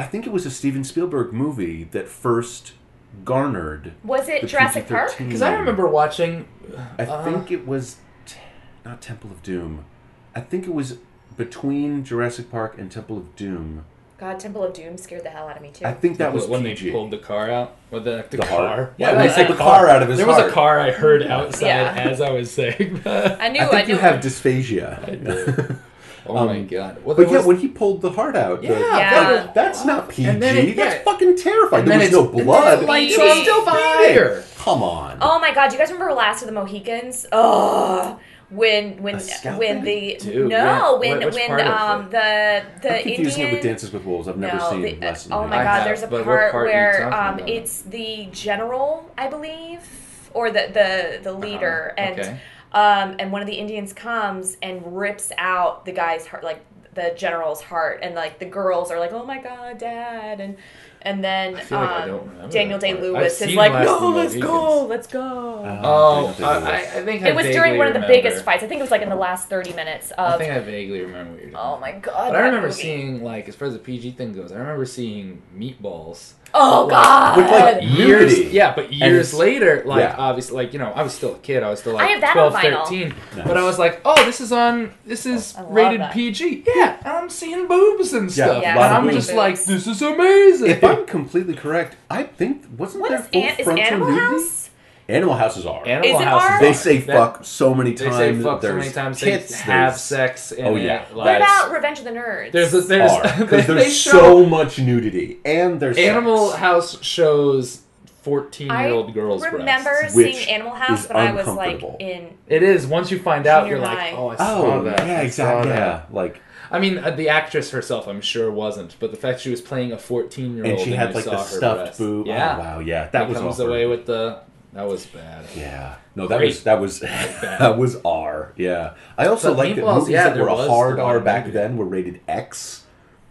S4: I think it was a Steven Spielberg movie that first garnered
S3: Was it
S4: the
S3: Jurassic Park?
S4: PG-13.
S2: Because I remember watching. uh,
S4: I
S2: Uh-huh.
S4: think it was t- not Temple of Doom. I think it was between Jurassic Park and Temple of Doom.
S3: God, Temple of Doom scared the hell out of me too.
S4: I think that was
S2: when
S4: PG.
S2: they pulled the car out with the, the,
S4: The
S2: car.
S4: heart.
S2: Why
S4: Yeah,
S2: did I
S4: they
S2: say
S4: pulled the car out of his
S2: There was a
S4: heart.
S2: car I heard outside
S3: Yeah.
S2: as I was saying. Oh that.
S3: I knew.
S4: I
S3: I,
S4: think
S3: knew.
S4: you have dysphagia.
S2: oh my god! Well, there
S4: Um, But yeah,
S2: was-
S4: when he pulled the heart out, the-
S2: Yeah,
S3: Yeah.
S4: like, that's not PG.
S2: And then it- yeah.
S4: That's fucking terrifying.
S2: and
S4: There
S2: then
S4: was
S2: it's-
S4: no blood.
S2: and then it's
S3: It's
S2: lights still fire.
S4: Come on.
S3: oh my God! Do you guys remember Last of the Mohicans? Ugh. When when
S4: The Scalping?
S3: when the
S2: Dude,
S3: no
S2: yeah.
S3: when
S2: Wh- which
S3: when
S2: part of
S3: um
S2: it?
S3: the the
S4: I'm confusing
S3: Indian
S4: it with Dances with Wolves. I've never
S3: no,
S4: seen
S3: the-
S4: the, Lesson.
S3: oh
S2: I
S3: my god!
S2: have,
S3: there's a
S2: but what
S3: part,
S2: part are you
S3: where
S2: talking
S3: um,
S2: about?
S3: it's the general, I believe, or the the the leader,
S2: Uh-huh,
S3: and
S2: okay.
S3: um, and one of the Indians comes and rips out the guy's heart, like the general's heart, and like the girls are like, "Oh my god, dad!" and and then
S2: I feel like I
S3: um,
S2: don't remember
S3: Daniel
S2: that
S3: Day
S2: part.
S3: Lewis
S2: I've
S3: is
S2: seen
S3: like,
S2: Last of
S3: "No,
S2: the
S3: let's go,
S2: Mohicans."
S3: let's go."
S2: oh, I, I, I think I
S3: it was during
S2: vaguely
S3: one of the
S2: remember.
S3: biggest fights. I think it was like in the last thirty minutes
S2: I
S3: of.
S2: think I vaguely remember what you're doing.
S3: Oh my god!
S2: But I
S3: that
S2: remember
S3: movie.
S2: seeing like as far as the PG thing goes, I remember seeing Meatballs
S3: Oh God!
S4: Which, like,
S2: years
S4: nudity.
S2: yeah but years
S4: it's-
S2: later like
S4: yeah.
S2: obviously like you know i was still a kid i was still
S3: I
S2: like
S3: have that
S2: 12
S3: on vinyl.
S2: 13
S4: Nice.
S2: but i was like oh this is on this is
S3: I love
S2: rated
S3: that.
S2: pg yeah and i'm seeing boobs and
S4: Yeah,
S2: stuff
S4: Yeah,
S2: and i'm
S4: boobs.
S2: just
S3: boobs.
S2: like this is amazing
S4: If I'm completely correct, I think wasn't
S3: What
S4: there
S3: is,
S4: full
S3: an- is
S4: frontal
S3: Animal
S4: nudity?
S3: House?
S4: Animal houses are.
S2: Animal
S3: Is it
S2: House
S3: R?
S2: is
S4: they
S2: R.
S4: say
S2: That-
S4: fuck so many
S2: they
S4: times.
S2: say fuck so
S4: there's
S2: many times
S4: Tits,
S2: they have
S4: there's-
S2: sex in
S4: Oh,
S2: it,
S4: yeah.
S2: like-
S3: What about Revenge of the Nerds?
S2: there's a, there's
S4: are
S2: they,
S4: because
S2: they
S4: there's
S2: show
S4: so much nudity and there's
S2: Animal
S4: sex.
S2: House shows 14
S3: I
S2: year old girls
S3: remember
S2: breasts.
S4: which
S3: seeing Animal
S4: is
S3: House when I was like
S4: uncomfortable.
S3: in.
S2: It is once you find out, you're
S3: Junior
S2: like,
S3: high.
S2: oh, I saw
S4: Oh
S2: that.
S4: yeah,
S2: I saw
S4: exactly.
S2: that.
S4: Yeah, like
S2: I mean, uh, the actress herself, I'm sure, wasn't, but the fact she was playing a 14 year old
S4: and she had like
S2: saw
S4: the
S2: her
S4: stuffed
S2: breasts.
S4: boob.
S2: Yeah,
S4: Oh, wow, yeah, that
S2: He
S4: was
S2: comes
S4: awkward.
S2: away with the that was bad.
S4: Yeah. No, that
S2: Great.
S4: was that was that was R. Yeah. I also
S2: But
S4: like that
S2: Meatballs,
S4: movies
S2: yeah,
S4: that
S2: there
S4: were a
S2: was
S4: hard
S2: the
S4: R
S2: one
S4: back
S2: movie.
S4: then were rated X,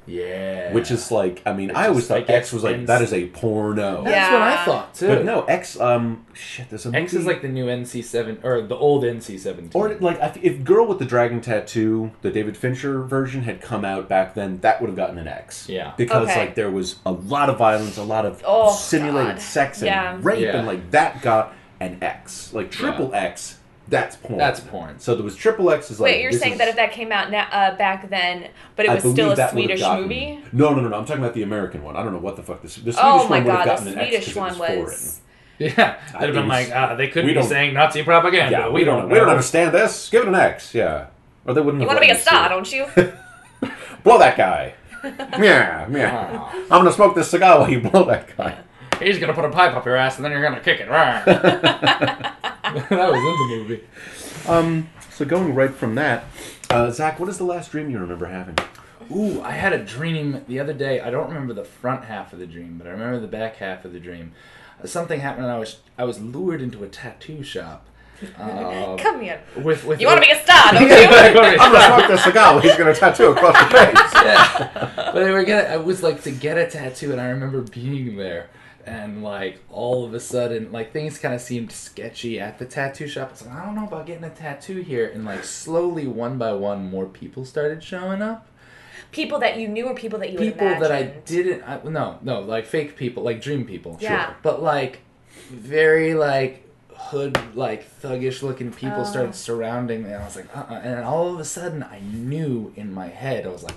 S2: Yeah,
S4: which is like I mean,
S2: Which
S4: I
S2: is
S4: always thought
S2: like
S4: X was like
S2: X
S4: that
S2: ends-
S4: is a porno.
S2: that's
S3: Yeah.
S2: what I thought too.
S4: But no, X um shit, there's a movie
S2: X is like the new NC7 or the old NC17.
S4: or like I th- if Girl with the Dragon Tattoo, the David Fincher version had come out back then, that would have gotten an X.
S2: Yeah.
S4: Because
S3: Okay.
S4: like there was a lot of violence, a lot of
S3: Oh,
S4: simulated
S3: God.
S4: sex and
S3: Yeah.
S4: rape
S2: Yeah.
S4: and like that got an X. Like triple X, that's porn.
S2: That's porn.
S4: So there was triple X is like
S3: Wait, you're
S4: this
S3: saying
S4: is-
S3: that if that came out now, uh, back then, but it
S4: I
S3: was still
S4: believe
S3: a
S4: that would've
S3: Swedish
S4: gotten-
S3: movie?
S4: No, no, no, no. I'm talking about the American one. I don't know what the fuck this. The Swedish
S3: Oh my
S4: one would
S3: god,
S4: have gotten
S3: the
S4: an X
S3: Swedish
S4: 'cause it
S3: one
S4: was.
S3: was.
S2: yeah,
S4: I
S2: they'd have been
S4: think
S2: like,
S4: it's-
S2: ah, they could
S4: we
S2: be
S4: don't-
S2: saying Nazi propaganda.
S4: Yeah,
S2: we don't.
S4: We don't
S2: know.
S4: understand this. Give it an X. Yeah, or they wouldn't.
S3: You
S4: have
S3: want to
S4: let
S3: be a
S4: us
S3: star,
S4: do it.
S3: don't you?
S4: Blow that guy. yeah, yeah. I'm gonna smoke this cigar while you blow that guy.
S2: He's gonna put a pipe up your ass and then you're gonna kick it. Rawr. that was in the movie.
S4: So going right from that, uh, Zach, what is the last dream you remember having?
S2: Ooh, I had a dream the other day. I don't remember the front half of the dream, but I remember the back half of the dream. Something happened, and I was I was lured into a tattoo shop. Uh,
S3: Come here.
S2: with with
S3: You want to be a star, don't you?
S2: I'm
S4: I'm gonna smoke this cigar while he's gonna tattoo across the face.
S2: but they were gonna, I was like to get a tattoo, and I remember being there, and like all of a sudden, like things kind of seemed sketchy at the tattoo shop. It's like I don't know about getting a tattoo here, and like slowly, one by one, more people started showing up.
S3: People that you knew or people that you
S2: People
S3: imagined.
S2: that I didn't, I, no, no, like fake people, like dream people,
S3: Yeah.
S2: sure, but like very like hood like thuggish looking
S3: Oh.
S2: people started surrounding me and i was like uh-uh and then all of a sudden i knew in my head i was like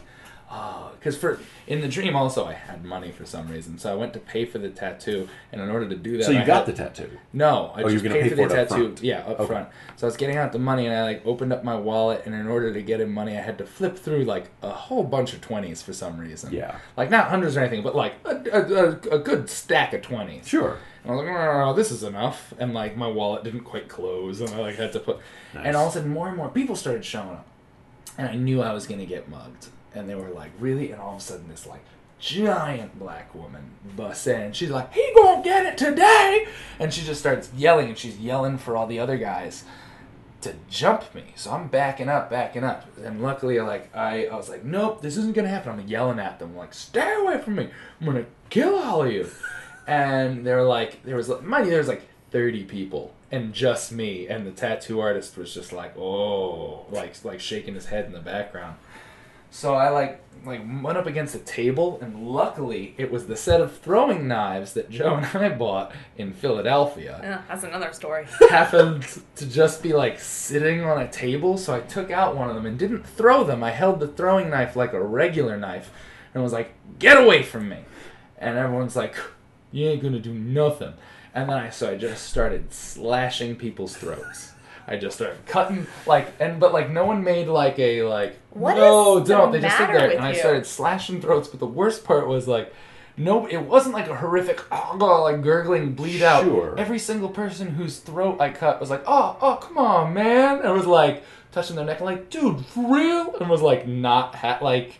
S2: oh because for in the dream also i had money for some reason so i went to pay for the tattoo and in order to do that
S4: So you
S2: I
S4: got the
S2: had-
S4: tattoo.
S2: no i
S4: Oh, you
S2: just
S4: were
S2: paid
S4: gonna pay
S2: for
S4: for
S2: the
S4: it up
S2: tattoo
S4: front.
S2: yeah up
S4: Okay.
S2: front so i was getting out the money and i like opened up my wallet and in order to get him money i had to flip through like a whole bunch of 20s for some reason
S4: Yeah.
S2: like not hundreds or anything but like a, a, a, a good stack of 20s
S4: Sure.
S2: and I was like, no, no, no, this is enough. And like my wallet didn't quite close, and I like had to put. And all of a sudden, more and more people started showing up, and I knew I was gonna get mugged. And they were like, really? And all of a sudden, this like giant black woman busts in. and She's like, he gonna get it today. And she just starts yelling, and she's yelling for all the other guys to jump me. So I'm backing up, backing up. And luckily, like, I, I was like, nope, this isn't going to happen. I'm yelling at them, like, stay away from me. I'm going to kill all of you. And they're like, there was, mind you, there was like 30 people and just me. And the tattoo artist was just like, oh, like, like shaking his head in the background. So I like like went up against a table, and luckily it was the set of throwing knives that Joe and I bought in Philadelphia
S3: Yeah, that's another story.
S2: happened to just be like sitting on a table, so I took out one of them and didn't throw them. I held the throwing knife like a regular knife and was like, "Get away from me!" And everyone's like, "You ain't gonna do nothing." And then I so I just started slashing people's throats. I just started cutting like and but like no one made like a like
S3: What
S2: no
S3: is the
S2: don't they just stood
S3: matter
S2: there
S3: with
S2: and I
S3: you?
S2: started slashing throats. But the worst part was like. No, it wasn't like a horrific, oh, like gurgling bleed out.
S4: Sure.
S2: Every single person whose throat I cut was like, oh, oh, come on, man. And was like touching their neck, like, dude, for real? And was like, not ha- like,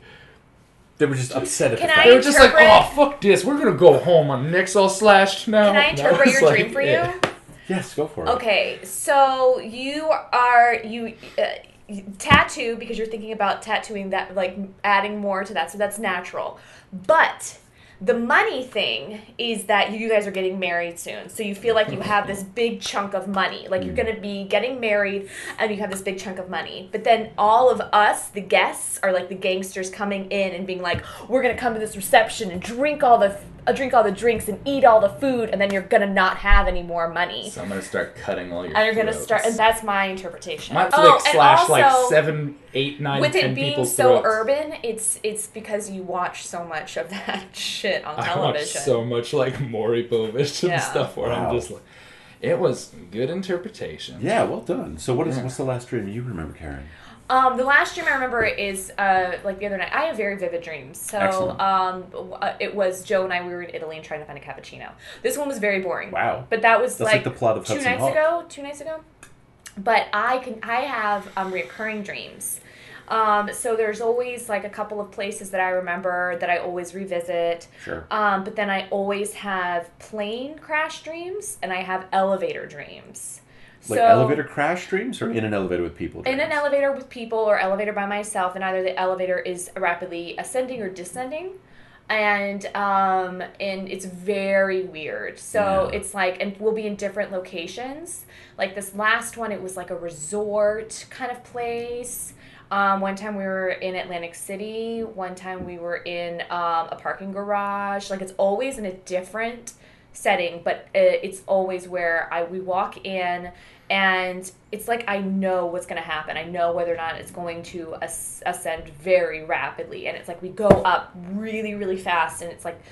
S4: They were just upset at
S3: Can
S4: the
S3: I-
S4: fact.
S2: they were just like,
S3: interpret-
S2: oh, fuck this. We're going to go home. My neck's all slashed now.
S3: Can I
S2: That
S3: interpret
S2: was,
S3: your
S2: like,
S3: dream for
S2: it.
S3: you?
S4: Yes, go for it.
S3: Okay, so you are you uh, tattoo because you're thinking about tattooing that, like adding more to that, so that's natural. But the money thing is that you guys are getting married soon, so you feel like you have this big chunk of money, like you're gonna be getting married, and you have this big chunk of money. But then all of us, the guests, are like the gangsters coming in and being like, "We're gonna come to this reception and drink all the uh, drink all the drinks and eat all the food, and then you're gonna not have any more money.
S2: So I'm gonna start cutting all your.
S3: and you're gonna
S2: throats.
S3: start, and that's my interpretation.
S2: My flick
S3: oh, and
S2: slash
S3: also,
S2: like seven, eight, nine,
S3: with
S2: ten
S3: it being
S2: people's
S3: so
S2: throats.
S3: urban, it's it's because you watch so much of that shit on
S2: I watched
S3: television.
S2: so much like Maury Povich and
S3: Yeah.
S2: stuff where
S4: Wow.
S2: I'm just like, it was good interpretation.
S4: Yeah, well done. So what is what's the last dream you remember, Karen?
S3: Um, the last dream I remember is uh, like the other night. I have very vivid dreams. So
S4: Excellent.
S3: um, w- uh, it was Joe and I. We were in Italy and trying to find a cappuccino. This one was very boring.
S4: Wow.
S3: But that was
S4: That's like the plot of
S3: two
S4: Hudson
S3: nights
S4: Hawk.
S3: ago. Two nights ago. But I can. I have um, recurring dreams. Um, so there's always like a couple of places that I remember that I always revisit.
S4: Sure.
S3: Um, but then I always have plane crash dreams and I have elevator dreams.
S4: Like
S3: so,
S4: elevator crash dreams or in an elevator with people?
S3: in an
S4: dreams?
S3: elevator with people or elevator by myself, and either the elevator is rapidly ascending or descending, and um, and it's very weird. So
S4: Yeah.
S3: it's like, and we'll be in different locations. Like this last one, it was like a resort kind of place. Um, one time we were in Atlantic City. One time we were in um, a parking garage. Like it's always in a different setting, but uh, it's always where I we walk in, and it's like I know what's going to happen. I know whether or not it's going to as- ascend very rapidly, and it's like we go up really really fast, and it's like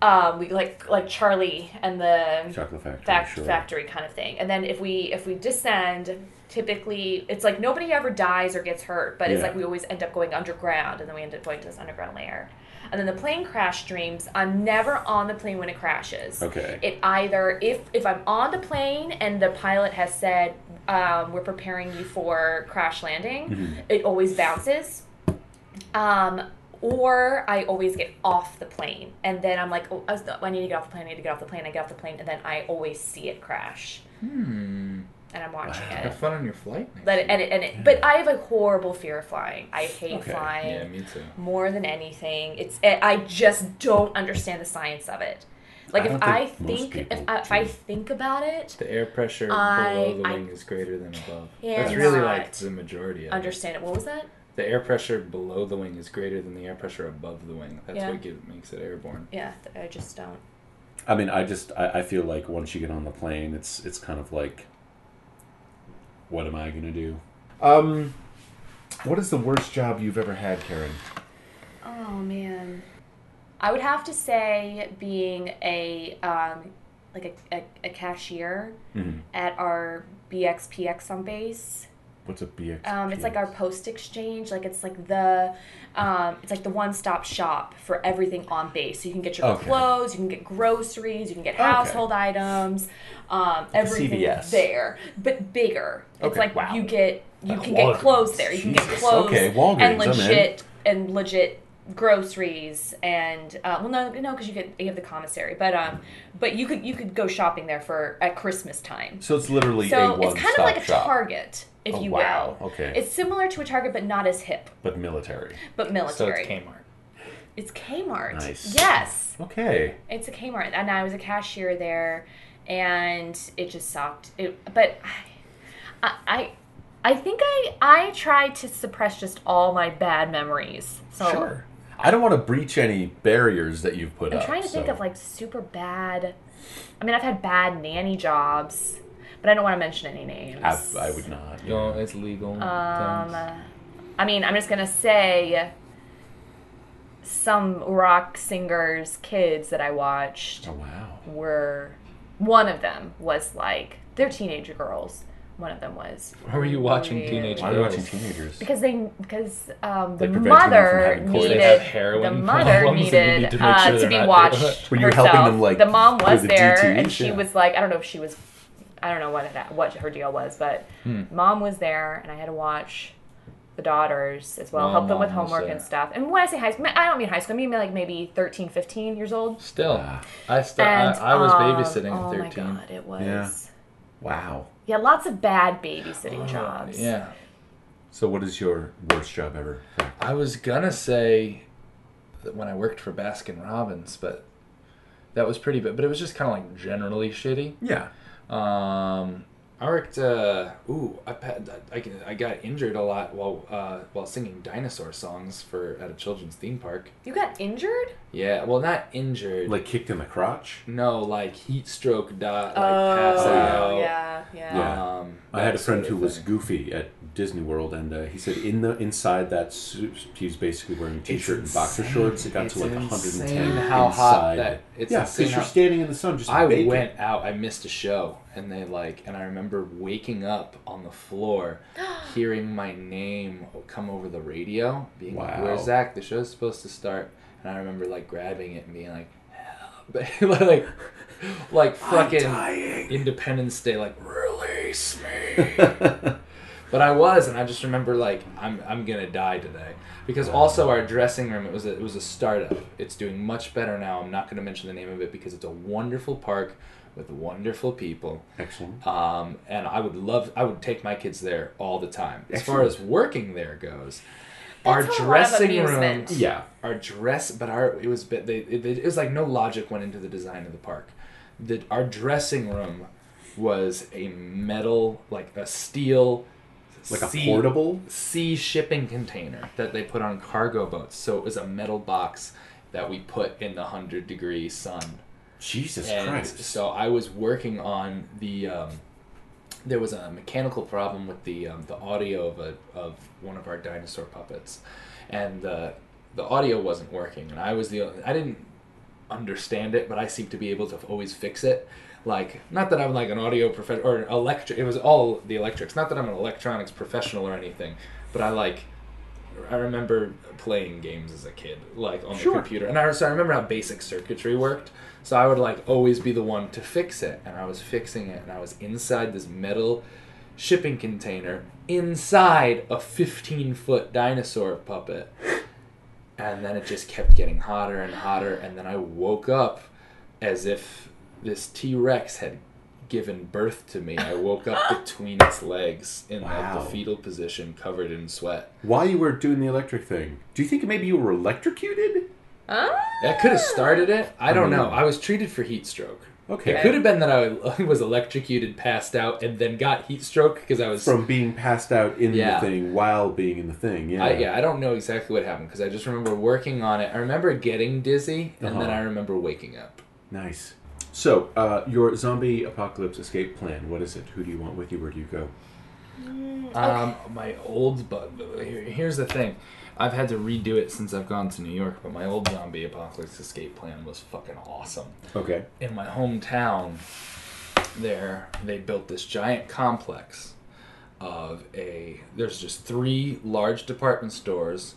S3: um, we like like Charlie and the
S4: Chocolate factory.
S3: fact,
S4: sure.
S3: factory kind of thing. And then if we if we descend, typically it's like nobody ever dies or gets hurt, but it's
S4: Yeah.
S3: like we always end up going underground, and then we end up going to this underground layer. And then the plane crash dreams. I'm never on the plane when it crashes.
S4: Okay.
S3: It either if if I'm on the plane and the pilot has said um, we're preparing you for crash landing,
S4: Mm-hmm.
S3: it always bounces. Um, or I always get off the plane, and then I'm like, oh, I was- I need to get off the plane. I need to get off the plane. I get off the plane, and then I always see it crash,
S2: Hmm.
S3: and I'm watching
S2: Have
S3: it.
S2: fun on your flight. next
S3: But it,
S2: year.
S3: and it, and it, but I have a horrible fear of flying. I hate
S4: Okay.
S3: flying
S2: Yeah, me too.
S3: more than anything. It's eh, I just don't understand the science of it. Like
S4: I
S3: if
S4: don't
S3: I
S4: think most
S3: think if
S4: people
S3: I, if I
S4: do.
S3: think about it,
S2: The air pressure
S3: I-
S2: below the
S3: I
S2: wing is greater than above. That's
S3: cannot
S2: really like the majority of it.
S3: understand it. What was that?
S2: The air pressure below the wing is greater than the air pressure above the wing. That's
S3: Yeah.
S2: what give, makes it airborne.
S3: Yeah, th- I just don't.
S4: I mean, I just I, I feel like once you get on the plane, it's it's kind of like, what am I gonna do? Um, what is the worst job you've ever had, Karen?
S3: Oh man, I would have to say being a um, like a, a, a cashier at our BXPX on base.
S4: What's a BX?
S3: Um, it's like our post exchange. Like it's like the, um, it's like the one stop shop for everything on base. So you can get your
S4: Okay.
S3: clothes, you can get groceries, you can get household items, um, everything
S4: CVS.
S3: there, but bigger. It's
S4: Okay,
S3: like
S4: wow.
S3: you get you
S4: Like
S3: can
S4: Walgreens.
S3: get clothes there. You can get
S4: Jesus.
S3: clothes
S4: Okay, Walgreens,
S3: and
S4: I'm in.
S3: legit and legit groceries and uh, well no no because you get you have the commissary but um but you could you could go shopping there for at Christmas time
S4: So it's literally a
S3: so
S4: one-stop
S3: it's kind of like a
S4: shop,
S3: Target, if
S4: Oh,
S3: you
S4: wow.
S3: will.
S4: Okay.
S3: It's similar to a Target, but not as hip,
S4: but military.
S2: So
S3: but
S2: it's
S3: military.
S2: Kmart.
S3: it's Kmart.
S4: Nice.
S3: Yes,
S4: Okay.
S3: it's a Kmart, and I was a cashier there, and it just sucked. It, but I, I. I I think I I tried to suppress just all my bad memories. So
S4: Sure. I don't want to breach any barriers that you've put
S3: I'm
S4: up.
S3: trying to think
S4: so-
S3: of like super bad. I mean, I've had bad nanny jobs, but I don't want to mention any names.
S4: I, I would not. yeah.
S2: No, it's legal.
S3: Um,
S2: Thanks.
S3: I mean, I'm just gonna say some rock singers' kids that I watched
S4: Oh wow.
S3: were one of them was like they're teenage girls. One of them was
S2: Why were you watching
S3: weird.
S2: Teenage
S4: Why are you watching
S2: Girls?
S4: teenagers?
S3: because they because um, the
S4: They prevent women from
S3: mother
S4: having kids.
S3: needed
S4: They
S2: have heroin
S3: the mother
S2: problems and you
S3: needed
S2: need to make
S3: uh,
S2: sure
S3: to
S2: they're
S3: be
S2: not
S3: watched
S4: doing it. Were you
S3: herself.
S4: helping them, like,
S3: the mom was
S4: with the
S3: there
S4: DTs?
S3: and she
S4: Yeah.
S3: was like I don't know if she was I don't know what it, what her deal was but
S4: Hmm.
S3: mom was there and I had to watch the daughters as well
S2: Mom,
S3: help them with
S2: mom was
S3: homework
S2: there.
S3: and stuff and when I say high school I don't mean high school I mean like maybe 13 15 years old
S2: Still,
S4: Ah.
S2: I still
S3: and
S2: uh, I, I was
S3: um,
S2: babysitting
S3: oh
S2: at
S3: my
S2: 13.
S3: god it was
S4: Yeah. Wow.
S3: yeah lots of bad babysitting jobs
S2: Oh, Yeah,
S4: So what is your worst job ever?
S2: I was gonna say that when I worked for Baskin Robbins, but that was pretty bad. But it was just kind of like generally shitty.
S4: Yeah.
S2: Um, I worked. Uh, ooh, I, pa- I can. I got injured a lot while uh, while singing dinosaur songs for at a children's theme park.
S3: You got injured?
S2: Yeah, well, not injured.
S4: Like kicked in the crotch.
S2: no, like heat stroke. Dot. Like pass out.
S3: yeah, Oh, yeah.
S4: Oh, Yeah.
S2: Um,
S4: I had a
S2: that
S4: friend
S2: sort
S4: who
S2: of
S4: was
S2: thing.
S4: goofy at Disney World, and uh, he said in the inside that suit, he's basically wearing a t-shirt and boxer
S2: insane.
S4: shorts. It got
S2: It's
S4: to like 110
S2: insane
S4: inside.
S2: how hot that- it's
S4: yeah,
S2: insane
S4: because you're
S2: how-
S4: standing in the sun. Just
S2: I
S4: baking.
S2: went out. I missed a show, and they like, and I remember waking up on the floor, hearing my name come over the radio, being like,
S4: Wow.
S2: "Where's Zach? The show's supposed to start." And I remember like grabbing it and being like, "Help!" like, like fucking
S4: dying.
S2: Independence Day, like release me. But I was, and I just remember like I'm I'm gonna die today because also our dressing room it was a, it was a startup. It's doing much better now. I'm not gonna mention the name of it because it's a wonderful park with wonderful people.
S4: Excellent.
S2: Um, and I would love I would take my kids there all the time. As far as working there goes, our
S3: That's a lot of
S2: dressing room
S3: amusement.
S4: yeah,
S2: our dress but our it was but they it, it was like no logic went into the design of the park that our dressing room was a metal like a steel
S4: like a
S2: sea-
S4: portable.
S2: sea shipping container that they put on cargo boats so it was a metal box that we put in the 100 degree sun
S4: Jesus
S2: and
S4: Christ.
S2: so I was working on the. Um, there was a mechanical problem with the um, the audio of a, of one of our dinosaur puppets, and the the audio wasn't working, and I was the only, I didn't understand it, but I seemed to be able to always fix it. Like, not that I'm like an audio professional or an electric. It was all the electrics. Not that I'm an electronics professional or anything, but I like. I remember playing games as a kid, like on
S4: Sure.
S2: the computer, and I so I remember how basic circuitry worked. So I would like always be the one to fix it, and I was fixing it, and I was inside this metal shipping container inside a 15 foot dinosaur puppet and then it just kept getting hotter and hotter and then i woke up as if this t-rex had given birth to me i woke up between its legs in like
S4: Wow.
S2: the fetal position covered in sweat
S4: While you were doing the electric thing, do you think maybe you were electrocuted?
S3: Oh,
S2: that could have started it i don't
S4: Mm-hmm.
S2: know i was treated for heat stroke it
S4: Okay.
S2: could have been that i was electrocuted passed out and then got heat stroke because i was
S4: From being passed out in
S2: Yeah.
S4: the thing while being in the thing. Yeah.
S2: I, yeah, I don't know exactly what happened because I just remember working on it. I remember getting dizzy, and then
S4: Uh-huh.
S2: I remember waking up.
S4: Nice. So, uh, your zombie apocalypse escape plan, what is it? Who do you want with you? Where do you go?
S2: Um, my old but here, here's the thing, I've had to redo it since I've gone to New York. But my old zombie apocalypse escape plan was fucking awesome.
S4: Okay.
S2: In my hometown, there they built this giant complex of a. There's just three large department stores,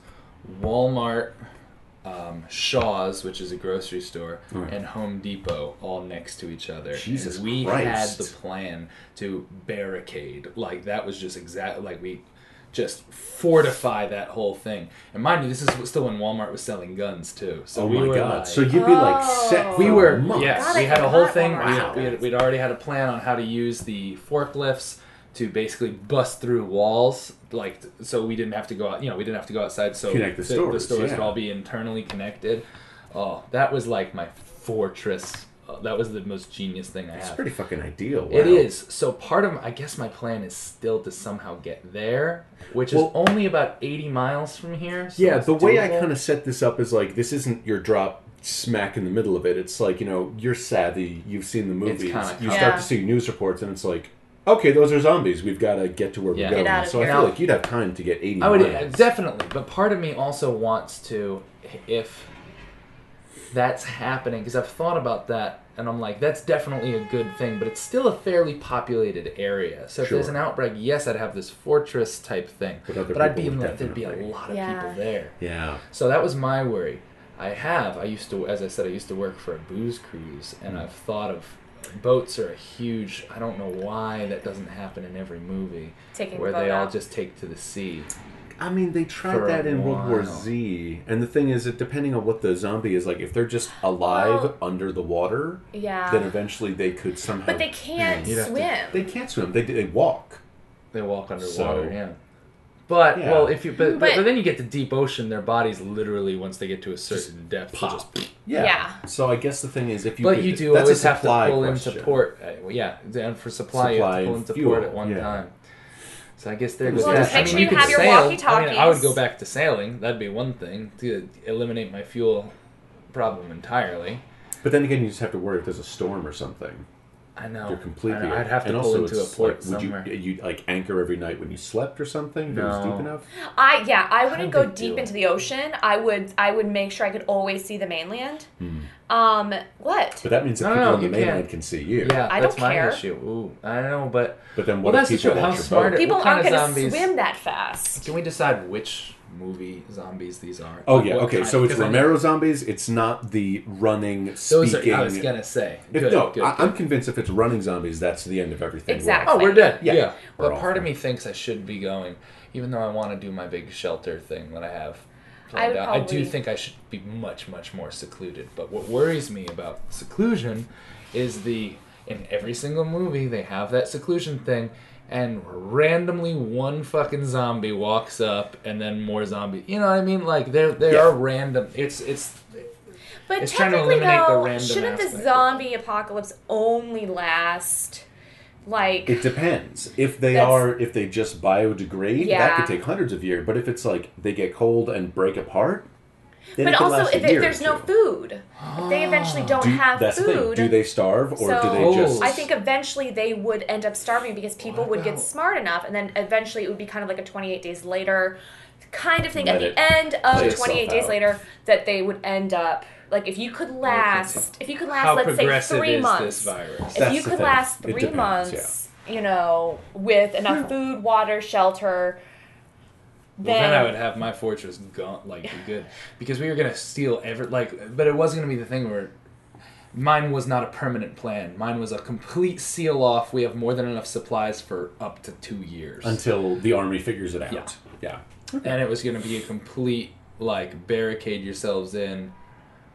S2: Walmart. Um, Shaw's, which is a grocery store,
S4: Right.
S2: and Home Depot, all next to each other.
S4: Jesus
S2: and we
S4: Christ.
S2: had the plan to barricade. Like that was just exactly like we just fortify that whole thing. And mind you, this is still when Walmart was selling guns too. So
S4: Oh
S2: we
S4: my
S2: were
S4: god.
S2: Like,
S4: so you'd be like
S3: Oh.
S4: set.
S2: we
S4: for
S2: were
S4: Oh, months.
S2: yes,
S3: God,
S2: we
S3: I
S2: had a whole
S3: forgot
S2: thing.
S3: Walmart
S2: We
S3: had
S2: had, we had,
S3: guns.
S2: we'd already had a plan on how to use the forklifts to basically bust through walls, like t- so we didn't have to go out. You know, we didn't have to go outside. So
S4: Connect the stores,
S2: would
S4: yeah.
S2: all be internally connected. Oh, that was like my fortress. Uh, that was the most genius thing I
S4: It's
S2: had.
S4: pretty fucking ideal.
S2: It
S4: wow.
S2: is. So part of, I guess, my plan is still to somehow get there, which
S4: Well-
S2: is only about eighty miles from here. so
S4: Yeah,
S2: it's
S4: the way I
S2: doable.
S4: kind of set this up is like this isn't your drop smack in the middle of it. It's like, you know, you're savvy, you've seen the movies,
S2: It's
S4: you
S2: kinda
S4: start
S2: cool.
S3: Yeah.
S4: to see news reports, and it's like, okay, those are zombies. We've got to get to where
S2: Yeah. Get
S4: we're going.
S3: out of
S4: so I
S3: here.
S4: feel like you'd have time to get 80
S2: I would uh,
S4: miles.
S2: definitely, but part of me also wants to, if that's happening, because I've thought about that, and I'm like, that's definitely a good thing, but it's still a fairly populated area. So if there's
S4: Sure.
S2: an outbreak, yes, I'd have this fortress type thing,
S4: But other
S2: but I'd
S4: people
S2: be in
S4: would
S2: like, there'd be a
S4: definitely-
S2: lot of
S3: Yeah.
S2: people there.
S4: Yeah.
S2: So that was my worry. I have. I used to, as I said, I used to work for a booze cruise, and
S4: Hmm.
S2: I've thought of boats are a huge. I don't know why that doesn't happen in every movie,
S3: Taking the
S2: where
S3: boat
S2: they all
S3: out.
S2: just take to the sea.
S4: I mean, they tried
S2: For a
S4: that in World War
S2: while.
S4: Z, and the thing is that depending on what the zombie is like, if they're just alive
S3: Well-
S4: under the water,
S3: Yeah.
S4: then eventually they could somehow.
S3: But they can't
S2: you'd have to-
S3: swim.
S4: They can't swim. They they walk.
S2: They walk underwater.
S4: So-
S2: yeah. But
S4: Yeah.
S2: well, if you but, but
S3: But-
S2: then you get to deep ocean, their bodies literally once they get to a certain depth, they just
S4: Pop. Yeah.
S3: Yeah.
S4: So I guess the thing is, if you
S2: But
S4: could-
S2: you do
S4: that's a
S2: always have to
S4: supply
S2: pull
S4: question.
S2: into port. uh, well, yeah, and for supply, you have
S4: Supply
S2: to pull
S4: and
S2: into
S4: fuel,
S2: port at one
S4: yeah.
S2: time. So I guess there
S4: Well,
S2: goes
S4: just
S2: that. I
S4: make
S2: mean,
S4: sure
S2: you
S4: you
S2: could
S4: have
S3: your
S2: sail. I mean, I would
S3: walkie-talkies.
S2: go back to sailing. That'd be one thing to eliminate my fuel problem entirely.
S4: But then again, you just have to worry if there's a storm or something.
S2: I know.
S4: You're completely.
S2: I know. I'd have to
S4: and
S2: pull
S4: also
S2: into a
S4: it's
S2: port
S4: like,
S2: somewhere.
S4: Would you you like anchor every night when you slept or something? If it was
S2: No.
S4: deep enough.
S3: I yeah, I
S2: don't
S3: wouldn't go
S2: think
S3: deep
S2: do it.
S3: into the ocean. I would I would make sure I could always see the mainland.
S2: Hmm.
S3: Um, what?
S4: But that means that
S2: No, no,
S4: people
S2: no,
S4: on the
S2: you
S4: mainland
S2: can't.
S4: can see you.
S2: yeah,
S3: I
S2: that's
S3: don't
S2: my
S3: care.
S2: issue. Ooh, I know, but
S4: But then
S2: Well,
S4: what
S2: that's
S4: if
S2: the
S4: people
S2: truth. How
S4: watch your
S2: smart
S4: boat?
S2: it-
S3: People
S2: what kind
S3: aren't
S2: of
S3: going to
S2: zombies?
S3: swim that fast.
S2: can we decide which movie zombies these are?
S4: Oh
S2: Like,
S4: yeah.
S2: what
S4: Okay.
S2: kind?
S4: So it's
S2: Because I know-
S4: Romero zombies. It's not the running,
S2: Those
S4: speaking.
S2: are. I was gonna say.
S4: If,
S2: Good,
S4: no,
S2: good,
S4: I,
S2: good.
S4: I'm convinced if it's running zombies, that's the end of everything.
S3: Exactly.
S2: Oh, we're dead. Yeah.
S4: Yeah. We're
S2: But
S4: all
S2: part of
S4: fine.
S2: me thinks I should be going, even though I want to do my big shelter thing that I have.
S3: I
S2: planned
S3: would
S2: out. I do
S3: probably-
S2: think I should be much, much more secluded. But what worries me about seclusion is the in every single movie they have that seclusion thing, and randomly one fucking zombie walks up, and then more zombie. You know what I mean? Like they're they
S4: Yeah.
S2: are random. It's it's
S3: But
S2: It's trying to
S3: technically,
S2: eliminate the
S3: though,
S2: random
S3: shouldn't
S2: aspect of
S3: the
S2: it.
S3: zombie apocalypse only last like
S4: It depends. If they
S3: That's-
S4: are, if they just biodegrade, that
S3: Yeah.
S4: could take hundreds of years. But if it's like they get cold and break apart, then
S3: But
S4: it could
S3: also,
S4: last a
S3: if it,
S4: year or
S3: there's no
S4: two.
S3: food, if they eventually don't
S4: Do,
S3: have
S4: that's the thing.
S3: food,
S4: Do they starve or do
S3: So-
S4: they just?
S2: Oh.
S3: I think eventually they would end up starving because people
S2: What
S3: would get
S2: about-
S3: smart enough, and then eventually it would be kind of like a 28 days later kind of thing.
S4: Let
S3: At
S4: it
S3: the end
S4: play
S3: of
S4: itself
S3: 28 days
S4: out.
S3: later, that they would end up like if you could last, if you could last,
S2: how
S3: let's say
S2: progressive
S3: three
S2: is
S3: months,
S2: this virus?
S3: if
S4: That's
S3: you
S4: the
S3: could
S4: thing.
S3: last
S4: It
S3: three
S4: depends,
S3: months, you know, with enough food, water, shelter,
S2: Well,
S3: then,
S2: then I would have my fortress gone, like, be good. Because we were going to steal every, like, but it wasn't going to be the thing where mine was not a permanent plan. Mine was a complete seal off. We have more than enough supplies for up to two years.
S4: until the army figures it out.
S2: Yeah.
S4: yeah.
S2: and it was going to be a complete, like, barricade yourselves in.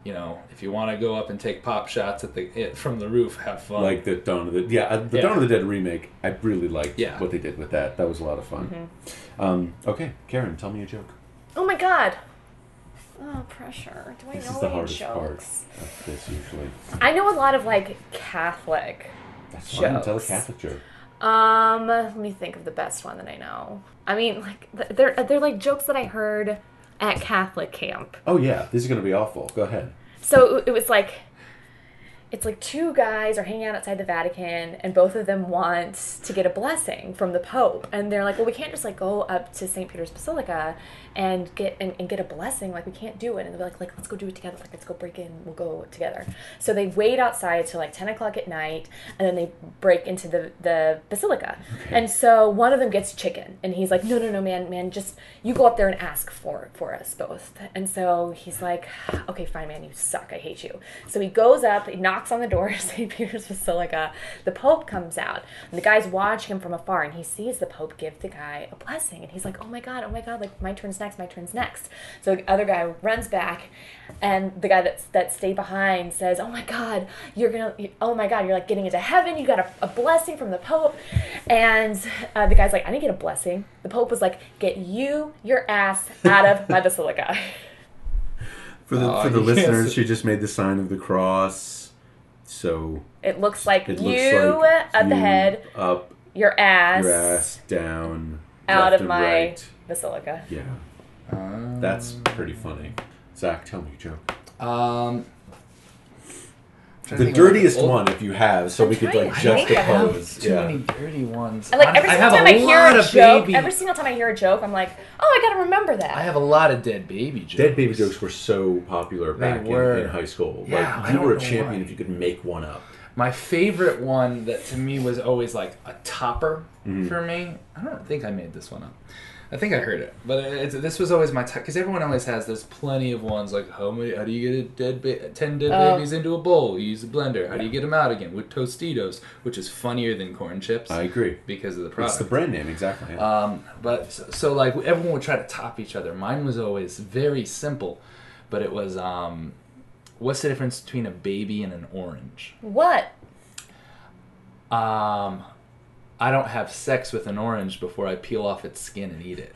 S2: You know, if you want to go up and take pop shots at the it, from the roof, have fun.
S4: Like the Dawn of the yeah, uh, the
S2: Yeah.
S4: Dawn of the Dead remake. I really liked
S2: Yeah.
S4: what they did with that. That was a lot of fun.
S3: Mm-hmm.
S4: Um, okay, Karen, tell me a joke.
S3: oh my god. Oh, pressure. Do I
S4: This
S3: know
S4: is the
S3: any
S4: hardest part
S3: jokes?
S4: of this usually.
S3: I know a lot of like Catholic.
S4: That's fine. Tell a
S3: Jokes.
S4: Catholic joke.
S3: Um, let me think of the best one that I know. I mean, like th- they're they're like jokes that I heard at Catholic camp.
S4: Oh yeah, this is gonna be awful. Go ahead.
S3: So it, it was like it's like two guys are hanging out outside the Vatican and both of them want to get a blessing from the Pope. And they're like, well, we can't just like go up to St. Peter's Basilica and get and, and get a blessing. Like we can't do it. And they're like, like, let's go do it together. Like, let's go break in. We'll go together. So they wait outside till like 10 o'clock at night and then they break into the, the Basilica. And so one of them gets chicken and he's like, no, no, no, man, man, just you go up there and ask for, for us both. And so he's like, okay, fine, man, you suck. I hate you. So he goes up, he knocks on the door of St. Peter's Basilica. The Pope comes out, and the guys watch him from afar, and he sees the Pope give the guy a blessing. And he's like, oh my God, oh my God, like my turn's next, my turn's next. So the other guy runs back, and the guy that's, that stayed behind says, oh my God, you're gonna, you- oh my God, you're like getting into heaven. You got a, a blessing from the Pope. And uh, the guy's like, I didn't get a blessing. The Pope was like, get you, your ass out of my basilica.
S4: For the
S2: Oh,
S4: for the
S2: yes.
S4: listeners, she just made the sign of the cross. So
S3: It looks like
S4: it
S3: you
S4: looks
S3: at
S4: like
S3: the
S4: you
S3: head,
S4: up
S3: your ass,
S4: your ass, down,
S3: out
S4: left
S3: of
S4: and
S3: my
S4: right.
S3: basilica.
S4: Yeah,
S2: Ah.
S4: that's pretty funny. Zach, tell me a joke.
S2: um,
S4: The dirtiest one, if you have, so we could like
S3: trying to think. I have
S4: juxtapose.
S2: Too many
S4: Yeah.
S2: dirty ones.
S3: And like every
S2: I
S3: single
S2: have
S3: time
S2: a
S3: I hear
S2: lot
S3: a
S2: of
S3: joke,
S2: baby-
S3: every single time I hear a joke, I'm like, oh, I gotta remember that.
S2: I have a lot of dead baby jokes.
S4: Dead baby jokes were so popular back in,
S2: were.
S4: in high school.
S2: Yeah, I
S4: like you
S2: don't
S4: were a
S2: know
S4: champion
S2: why.
S4: if you could make one up.
S2: My favorite one that to me was always like a topper
S4: Mm-hmm.
S2: for me. I don't think I made this one up. I think I heard it, but it's, this was always my because everyone always has. There's plenty of ones like how many? How do you get a dead ba- ten dead
S3: Oh.
S2: babies into a bowl? You use a blender. How do you get them out again with Tostitos, which is funnier than corn chips
S4: I agree.
S2: because of the product.
S4: It's the brand name exactly. yeah.
S2: Um, but so, so like everyone would try to top each other. Mine was always very simple, but it was um, what's the difference between a baby and an orange?
S3: what?
S2: Um, I don't have sex with an orange before I peel off its skin and eat it.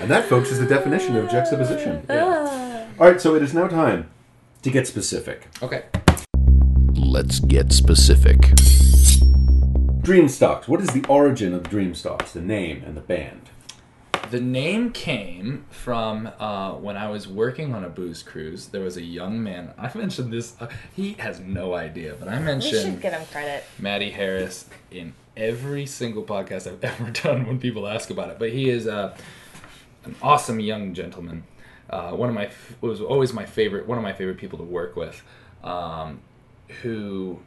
S4: And that, folks, is the definition of juxtaposition.
S3: Ah.
S4: All right, so it is now time to get specific.
S2: Okay.
S6: Let's get specific.
S4: Dream Stocks. What is the origin of Dream Stocks? The name and the band.
S2: The name came from uh, when I was working on a booze cruise. There was a young man. I mentioned this. Uh, he has no idea, but I
S3: We should
S2: mentioned
S3: give him credit.
S2: Maddie Harris in every single podcast I've ever done when people ask about it. But he is uh, an awesome young gentleman. Uh, one of my f- was always my favorite. One of my favorite people to work with, um, who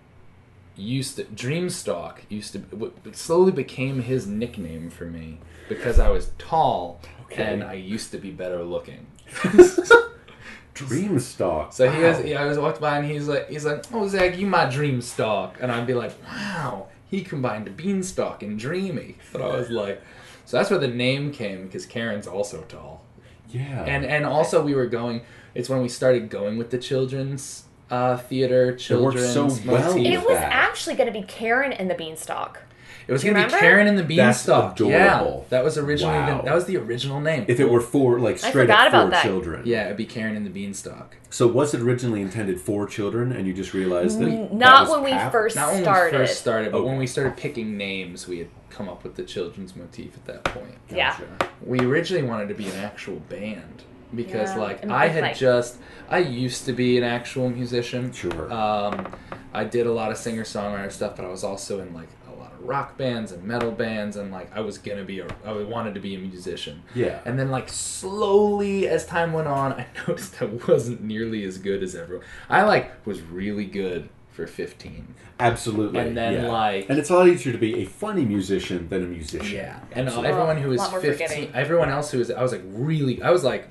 S2: used to Dreamstalk used to w- it slowly became his nickname for me because I was tall and I used to be better looking.
S4: Dream Stocks.
S2: So he was, yeah, I was walked by and he's like, he's like, oh Zach, you my dream stock, and I'd be like, wow, he combined beanstalk and dreamy. But I was like, so that's where the name came because Karen's also tall,
S4: Yeah.
S2: and and also we were going. It's when we started going with the children's uh, theater,
S4: worked
S2: children's.
S4: so well
S2: motif.
S3: It
S4: with
S3: was
S4: that.
S3: actually going to be Karen and the Beanstalk.
S2: It was
S3: Do you
S2: gonna be
S3: remember?
S2: Karen and the beanstalk. Yeah,
S4: adorable.
S2: that was originally
S4: Wow.
S2: the, that was the original name.
S4: if it were for like
S3: I
S4: straight
S3: forgot
S4: up for
S3: about that.
S4: children.
S2: yeah, it'd be Karen and the beanstalk.
S4: So was it originally intended for children, and you just realized that that
S3: Not
S4: was
S3: when we
S4: pap-
S3: first
S2: Not when
S3: started.
S2: we first started, but when
S4: Okay.
S2: we started picking names, we had come up with the children's motif at that point.
S3: Yeah.
S2: we originally wanted to be an actual band because
S3: Yeah,
S2: like
S3: and
S2: i
S3: it's
S2: had
S3: like-
S2: just i used to be an actual musician
S4: Sure.
S2: um, i did a lot of singer songwriter stuff but i was also in like a lot of rock bands and metal bands and like i was gonna be a i wanted to be a musician
S4: Yeah.
S2: and then like slowly as time went on i noticed i wasn't nearly as good as everyone i like was really good for 15
S4: Absolutely.
S2: And then,
S4: yeah.
S2: like-
S4: and it's a lot easier to be a funny musician than a musician.
S2: Yeah, and
S4: Absolutely.
S2: everyone who was
S3: Lot more
S2: fifteen,
S3: forgiving.
S2: everyone else who was, I was like really, I was like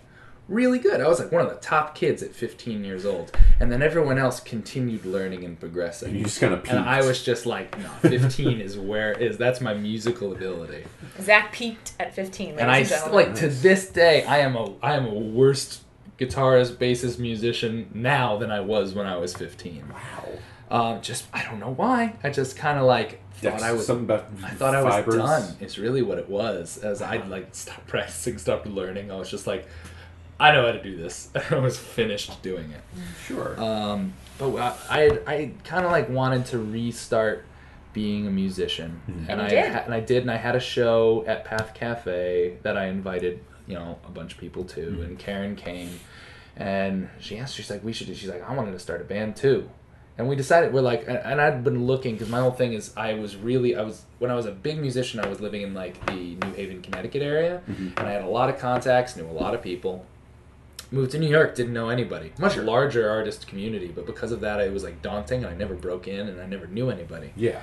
S2: really good. I was like one of the top kids at fifteen years old, and then everyone else continued learning and progressing.
S4: you just kind of.
S2: and I was just like, no, fifteen is where is that's my musical ability,
S3: Zach peaked at 15.
S2: and
S3: Ladies and
S2: I st-
S3: gentlemen.
S2: like to this day, I am a I am a worst guitarist, bassist, musician now than I was when I was fifteen.
S4: Wow.
S2: Um, just I don't know why. I just kind of like thought
S4: That's
S2: I was
S4: something about
S2: I thought I was
S4: Mm-hmm. fibers.
S2: done. It's really what it was. As I'd like stopped practicing, stopped learning. I was just like, I know how to do this. I was finished doing it.
S4: Sure.
S2: Um, but I I, I kind of like wanted to restart being a musician, and I
S3: did.
S2: ha- and I did, and I had a show at Path Cafe that I invited you know a bunch of people to, and Karen came, and she asked, she's like, we should, do-" she's like, I wanted to start a band too. And we decided we're like, and- and I'd been looking because my whole thing is I was really I was when I was a big musician I was living in like the New Haven, Connecticut area, and I had a lot of contacts, knew a lot of people, moved to New York, didn't know anybody. Much larger artist community, but because of that, it was like daunting, and I never broke in, and I never knew anybody.
S4: yeah.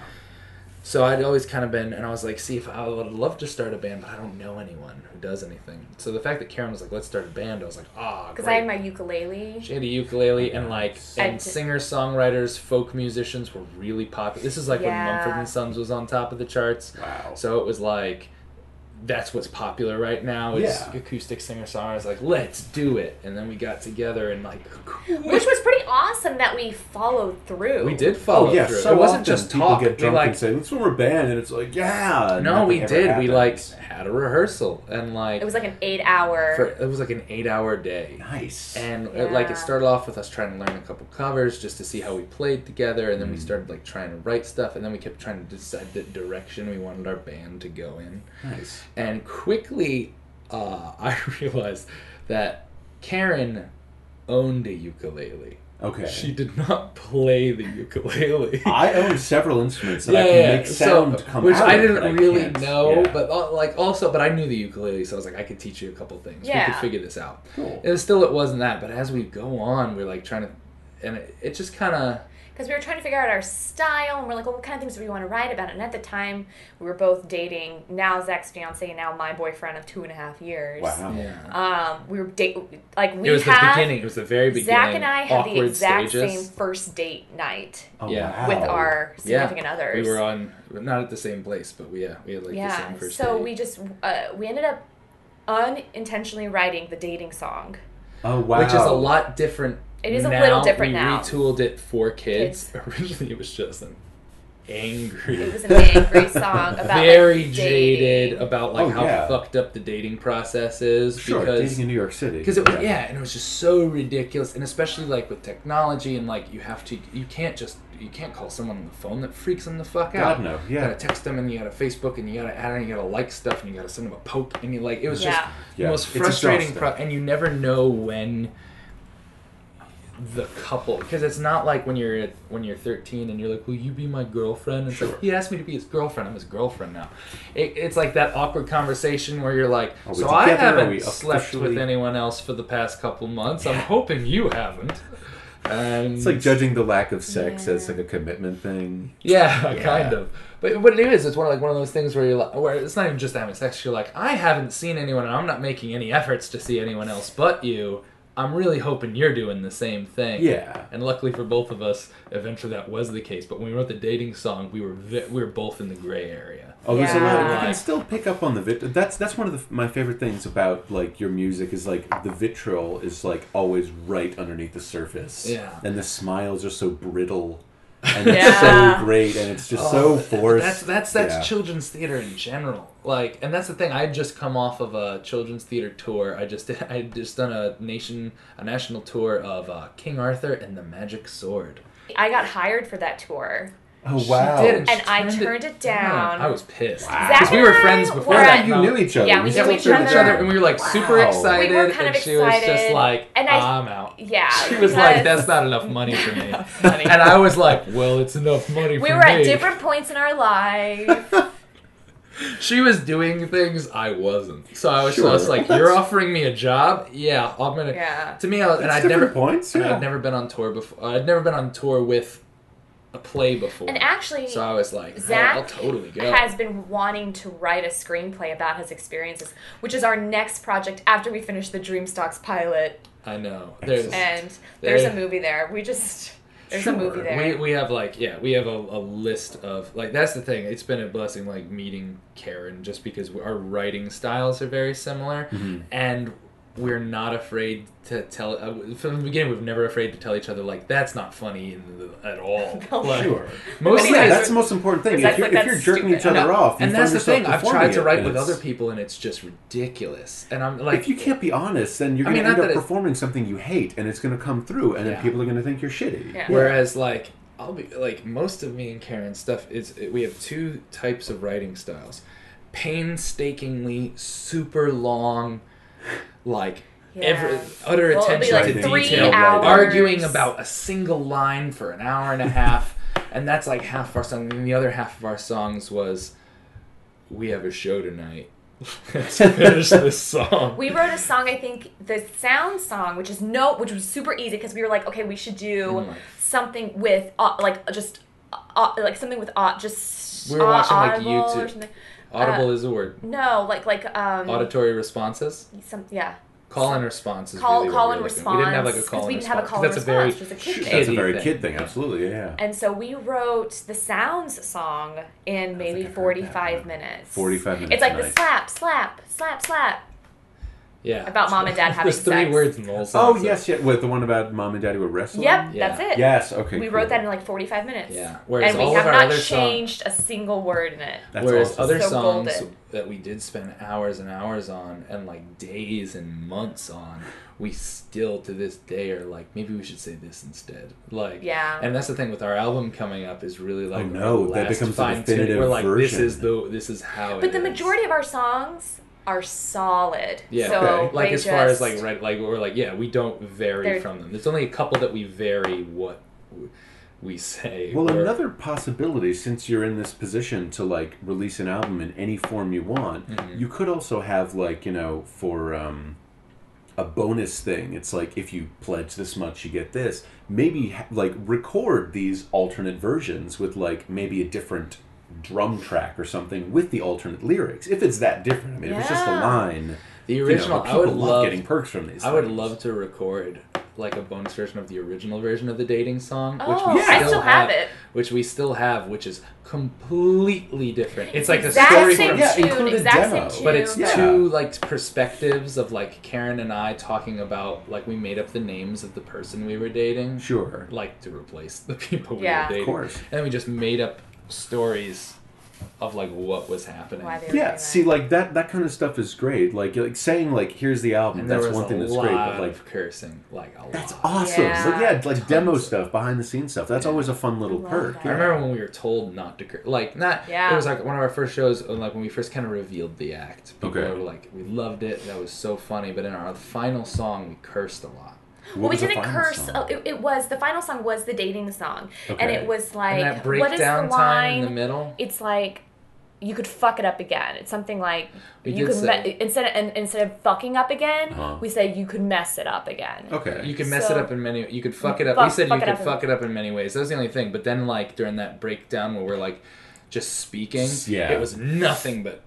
S2: So I'd always kind of been, and I was like, see, if I would love to start a band, but I don't know anyone who does anything. So the fact that Karen was like, let's start a band, I was like, ah,
S3: Because I had
S2: great.
S3: my ukulele.
S2: She had a ukulele, and like,
S3: I
S2: and
S3: d-
S2: singer songwriters, folk musicians were really popular. This is like when
S3: Yeah.
S2: Mumford and Sons was on top of the charts.
S4: Wow.
S2: So it was like, that's what's popular right now. It's
S4: Yeah.
S2: acoustic singer songwriters. Like, let's do it. And then we got together and like,
S3: Which was pretty awesome that we followed through.
S2: we did follow
S4: oh yeah.
S2: through.
S4: So
S2: it wasn't
S4: often
S2: just
S4: people
S2: talk.
S4: Get
S2: we
S4: drunk
S2: like,
S4: and say, "Let's form a band," and it's like, "Yeah." and
S2: no,
S4: nothing
S2: we
S4: ever
S2: did. We like
S4: happens.
S2: had a rehearsal and like
S3: It was like an eight hour.
S2: for, it was like an eight-hour day.
S4: Nice.
S2: and it, like
S3: Yeah.
S2: it started off with us trying to learn a couple covers just to see how we played together and then we started like trying to write stuff and then we kept trying to decide the direction we wanted our band to go in
S4: nice.
S2: and quickly uh, i realized that karen owned a ukulele
S4: Okay.
S2: she did not play the ukulele
S4: I own several instruments that I can make sound
S2: so,
S4: come
S2: which
S4: out
S2: I
S4: of,
S2: didn't
S4: but
S2: really
S4: can't.
S2: know,
S4: Yeah.
S2: but uh, like also, but I knew the ukulele, so I was like, I could teach you a couple things. We
S3: Yeah.
S2: could figure this out.
S4: Cool.
S2: And still, it wasn't that. But as we go on, we're like trying to, and it, it just kind of
S3: because we were trying to figure out our style and we're like well, what kind of things do we want to write about and at the time we were both dating now zach's fiance and now my boyfriend of two and a half years
S4: wow.
S2: yeah.
S3: um we were date like we
S2: it was the
S3: had
S2: beginning. It was the very beginning.
S3: zach and i had
S2: awkward
S3: the exact
S2: stages.
S3: same first date night
S4: Oh,
S2: Yeah.
S3: with
S4: wow.
S3: our significant
S2: yeah.
S3: others
S2: We were on not at the same place, but we yeah we had like the
S3: yeah
S2: same first.
S3: so
S2: date.
S3: we just uh, we ended up unintentionally writing the dating song
S4: Oh wow.
S2: Which is a lot different.
S3: It is a
S2: now.
S3: little different
S2: we
S3: now.
S2: retooled it for kids. Originally, it was just an
S3: It
S2: angry,
S3: was an angry song about like,
S2: very
S3: dating.
S2: jaded about like
S4: Oh,
S2: how
S4: yeah.
S2: fucked up the dating process is
S4: Sure,
S2: because
S4: dating in New York City.
S2: because it was yeah. and it was just so ridiculous and especially like with technology and like you have to you can't just you can't call someone on the phone that freaks them the fuck out
S4: God, no,
S2: you
S4: yeah.
S2: gotta text them and you gotta facebook and you gotta add and you gotta like stuff and you gotta send them a poke and you like it was just
S3: Yeah.
S2: the
S4: Yeah.
S2: most
S4: It's
S2: frustrating
S4: exhausting.
S2: pro- and you never know when the couple because it's not like when you're at, when you're 13 and you're like will you be my girlfriend it's like he asked me to be his girlfriend i'm his girlfriend now it, it's like that awkward conversation where you're like
S4: Are we
S2: so i
S4: together? Are
S2: haven't
S4: we
S2: slept with
S4: officially-
S2: anyone else for the past couple months i'm hoping you haven't and
S4: It's like judging the lack of sex as like a commitment thing.
S2: yeah, kind of. But but it is. It's one of, like one of those things where you're like, where it's not even just having sex. You're like, I haven't seen anyone, and I'm not making any efforts to see anyone else but you. I'm really hoping you're doing the same thing.
S4: Yeah.
S2: And luckily for both of us, eventually that was the case. But when we wrote the dating song, we were vi- we were both in the gray area.
S4: Oh, there's a lot.
S3: Yeah.
S4: You can still pick up on the vit. That's that's one of the, my favorite things about like your music is like the vitriol is like always right underneath the surface.
S2: Yeah.
S4: And the smiles are so brittle, and it's
S3: Yeah.
S4: so great, and it's just
S2: Oh,
S4: so forced.
S2: That's that's that's
S4: Yeah.
S2: children's theater in general. Like, and that's the thing. I had just come off of a children's theater tour. I just I had just done a nation a national tour of uh, King Arthur and the Magic Sword.
S3: I got hired for that tour.
S4: Oh wow!
S2: She did, and, she
S3: And I turned it down.
S2: I was pissed.
S4: Wow.
S3: Zach
S2: Because we
S3: and
S2: were
S3: I
S2: friends before
S3: were
S2: that.
S3: at-
S4: you knew each other.
S3: Yeah, we
S4: You
S2: Yeah, we
S3: knew
S4: still
S2: knew each
S4: knew
S3: other.
S2: other, and we were like super
S4: Wow.
S2: excited,
S3: We were kind
S2: and
S3: of
S2: she was just
S3: excited,
S2: like,
S3: and I-
S2: "I'm out."
S3: Yeah.
S2: She was like,
S3: because
S2: "That's not enough money for me," and I was like, "Well, it's enough money
S3: We
S2: for
S3: were at
S2: me."
S3: different points in our life.
S2: She was doing things I wasn't, so I was, so I
S4: Sure.
S2: was like,
S4: Well,
S2: "You're
S4: that's-
S2: offering me a job? Yeah, I'm gonna."
S3: Yeah.
S2: To me, I was, and
S4: That's
S2: I'd never
S4: different points,
S2: and
S4: yeah.
S2: I'd never been on tour before. I'd never been on tour with a play before,
S3: And actually,
S2: so I was like, "Hey,
S3: Zach
S2: I'll totally go."
S3: has been wanting to write a screenplay about his experiences, which is our next project after we finish the Dreamstocks pilot.
S2: I know. There's
S3: And there's
S2: There-
S3: a movie there. We just there's a movie
S4: Sure.
S3: there.
S2: we, we have like yeah we have a, a list of like that's the thing it's been a blessing like meeting karen just because we, our writing styles are very similar
S4: Mm-hmm.
S2: and we're not afraid to tell uh, from the beginning we've never afraid to tell each other like that's not funny in the, at all like,
S4: Sure.
S2: mostly
S4: Yeah,
S2: it's-
S4: that's the most important thing.
S3: Because
S4: If you're,
S3: that's, like,
S4: if you're
S3: that's
S4: jerking
S3: stupid.
S4: each other
S2: No,
S4: off, you
S2: and
S4: find
S2: that's the
S4: yourself
S2: thing. I've
S4: performing
S2: tried to
S4: it,
S2: write
S4: and
S2: with
S4: it's-
S2: other people, and it's just ridiculous. And I'm like,
S4: if you can't be honest, then you're
S2: I
S4: going
S2: mean,
S4: to
S2: not
S4: end
S2: that
S4: up
S2: it-
S4: performing something you hate, and it's going to come through, and
S2: Yeah.
S4: then people are going to think you're shitty.
S3: Yeah.
S2: Whereas, like, I'll be like most of me and Karen's stuff is we have two types of writing styles: painstakingly, super long, like
S3: Yeah.
S2: every utter
S3: Well, it'll be
S2: attention
S3: like
S2: to
S4: three
S2: detail,
S4: hours.
S2: arguing about a single line for an hour and a half, and that's like half of our song. And the other half of our songs was, "We have a show tonight." Let's finish this song.
S3: we uh, wrote a song i think the sound song which is no which was super easy because we were like okay we should do
S2: Mm.
S3: something with au- like just au- like something with au- just
S2: We were
S3: au-
S2: watching, like,
S3: audible
S2: YouTube.
S3: or something.
S2: Audible is a word.
S3: no like like um
S2: Auditory responses.
S3: some yeah
S2: Call and response is
S3: call
S2: really what
S3: call
S2: we're looking-
S3: and response
S2: We didn't have like a call and
S3: 'cause we didn't
S2: response.
S3: have a call
S2: 'cause
S3: and
S2: that's
S3: response
S2: a very
S3: which was a kid
S4: That's a
S3: thing.
S4: very
S2: thing.
S4: kid thing, absolutely. Yeah.
S3: and so we wrote the sounds song in maybe
S4: I've heard that
S3: 45
S4: one.
S3: minutes
S4: 45 minutes
S3: it's like the
S4: nice.
S3: slap slap slap slap
S2: yeah
S3: about mom and dad having
S2: There's three
S3: sex.
S2: words in the whole song.
S4: Oh
S2: so-
S4: yes, yeah. Wait, the one about mom and daddy were wrestling.
S3: yep
S2: Yeah.
S3: that's it
S4: Yes. Okay.
S3: we
S4: cool.
S3: wrote that in like 45 minutes.
S2: Yeah. Whereas
S3: and we
S2: all of
S3: have
S2: our
S3: not
S2: other song-
S3: changed a single word in it.
S4: That's
S2: Whereas
S4: awesome.
S2: other
S3: So
S2: songs
S3: golden.
S2: that we did spend hours and hours on, and like days and months on, we still to this day are like, maybe we should say this instead. Like,
S3: Yeah.
S2: And that's the thing with our album coming up is really like,
S4: Oh, no,
S2: our
S4: that
S2: last
S4: becomes the
S2: fine-tune.
S4: definitive
S2: We're like, this
S4: version.
S2: is the this is how.
S3: But
S2: it
S3: the
S2: is.
S3: majority of our songs are solid.
S2: Yeah,
S3: So
S4: okay.
S2: like
S3: they
S2: as far as
S3: just-
S2: like right, like we're like yeah, we don't vary
S3: They're-
S2: from them. There's only a couple that we vary what w- we say.
S4: Well,
S2: or-
S4: another possibility, since you're in this position to like release an album in any form you want,
S2: Mm-hmm.
S4: you could also have like you know for um, a bonus thing. It's like if you pledge this much, you get this. Maybe ha- like record these alternate versions with like maybe a different drum track or something with the alternate lyrics. If it's that different, I mean, if it's just a
S3: Yeah.
S4: line.
S2: the
S4: you know,
S2: original.
S4: but
S2: I would
S4: people love,
S2: love
S4: getting perks from these.
S2: I would
S4: things.
S2: love to record like a bonus version of the original version of the dating song,
S3: Oh,
S2: which we
S4: I
S2: still,
S3: still
S2: have,
S3: have it.
S2: which we still have, which is completely different. It's like a
S3: exact
S2: story
S3: same
S2: from
S4: Yeah,
S3: tune,
S4: include a
S3: exact
S4: demo.
S3: same tune.
S2: but it's
S4: Yeah.
S2: two like perspectives of like Karen and I talking about like we made up the names of the person we were dating.
S4: Sure.
S2: Like to replace the people we
S3: Yeah.
S2: were
S3: Of
S2: dating.
S4: course.
S2: And we just made up stories of like what was happening.
S3: Why they were
S4: Yeah,
S3: doing
S4: see,
S3: that.
S4: like that that kind of stuff is great. Like like saying like here's the album.
S2: and
S4: That's
S2: there was
S4: one thing
S2: a
S4: that's
S2: lot
S4: great. But like
S2: of cursing, like a
S4: that's
S2: lot.
S4: awesome.
S3: Yeah.
S4: Like yeah, like demo
S2: Tons.
S4: stuff, behind the scenes stuff. That's always a fun little
S3: love
S4: perk.
S3: that.
S2: I remember when we were told not to curse. Like, not.
S3: Yeah.
S2: It was like one of our first shows, and like when we first kind of revealed the act. People
S4: Okay.
S2: were like, we loved it. That was so funny. But in our final song, we cursed a lot.
S4: What
S3: Well, we
S4: was the
S3: didn't
S4: final
S3: curse.
S4: song?
S3: Oh, it, it was the final song was the dating song, and
S4: Okay.
S3: it was
S2: And
S3: like,
S2: that
S3: what is the
S2: breakdown
S3: line?
S2: time in the middle.
S3: it's like you could fuck it up again. It's something like
S2: We
S3: you
S2: did
S3: could
S2: say-
S3: me- instead of, and, instead of fucking up again,
S4: Uh-huh.
S3: we say you could mess it up again.
S4: okay.
S2: You could mess
S3: So-
S2: it up in many. You could fuck it up. we
S3: Fuck-
S2: said you
S3: fuck it
S2: could
S3: up in-
S2: fuck it up in many ways. That was the only thing. But then, like during that breakdown where we're like just speaking,
S4: Yeah.
S2: it was nothing but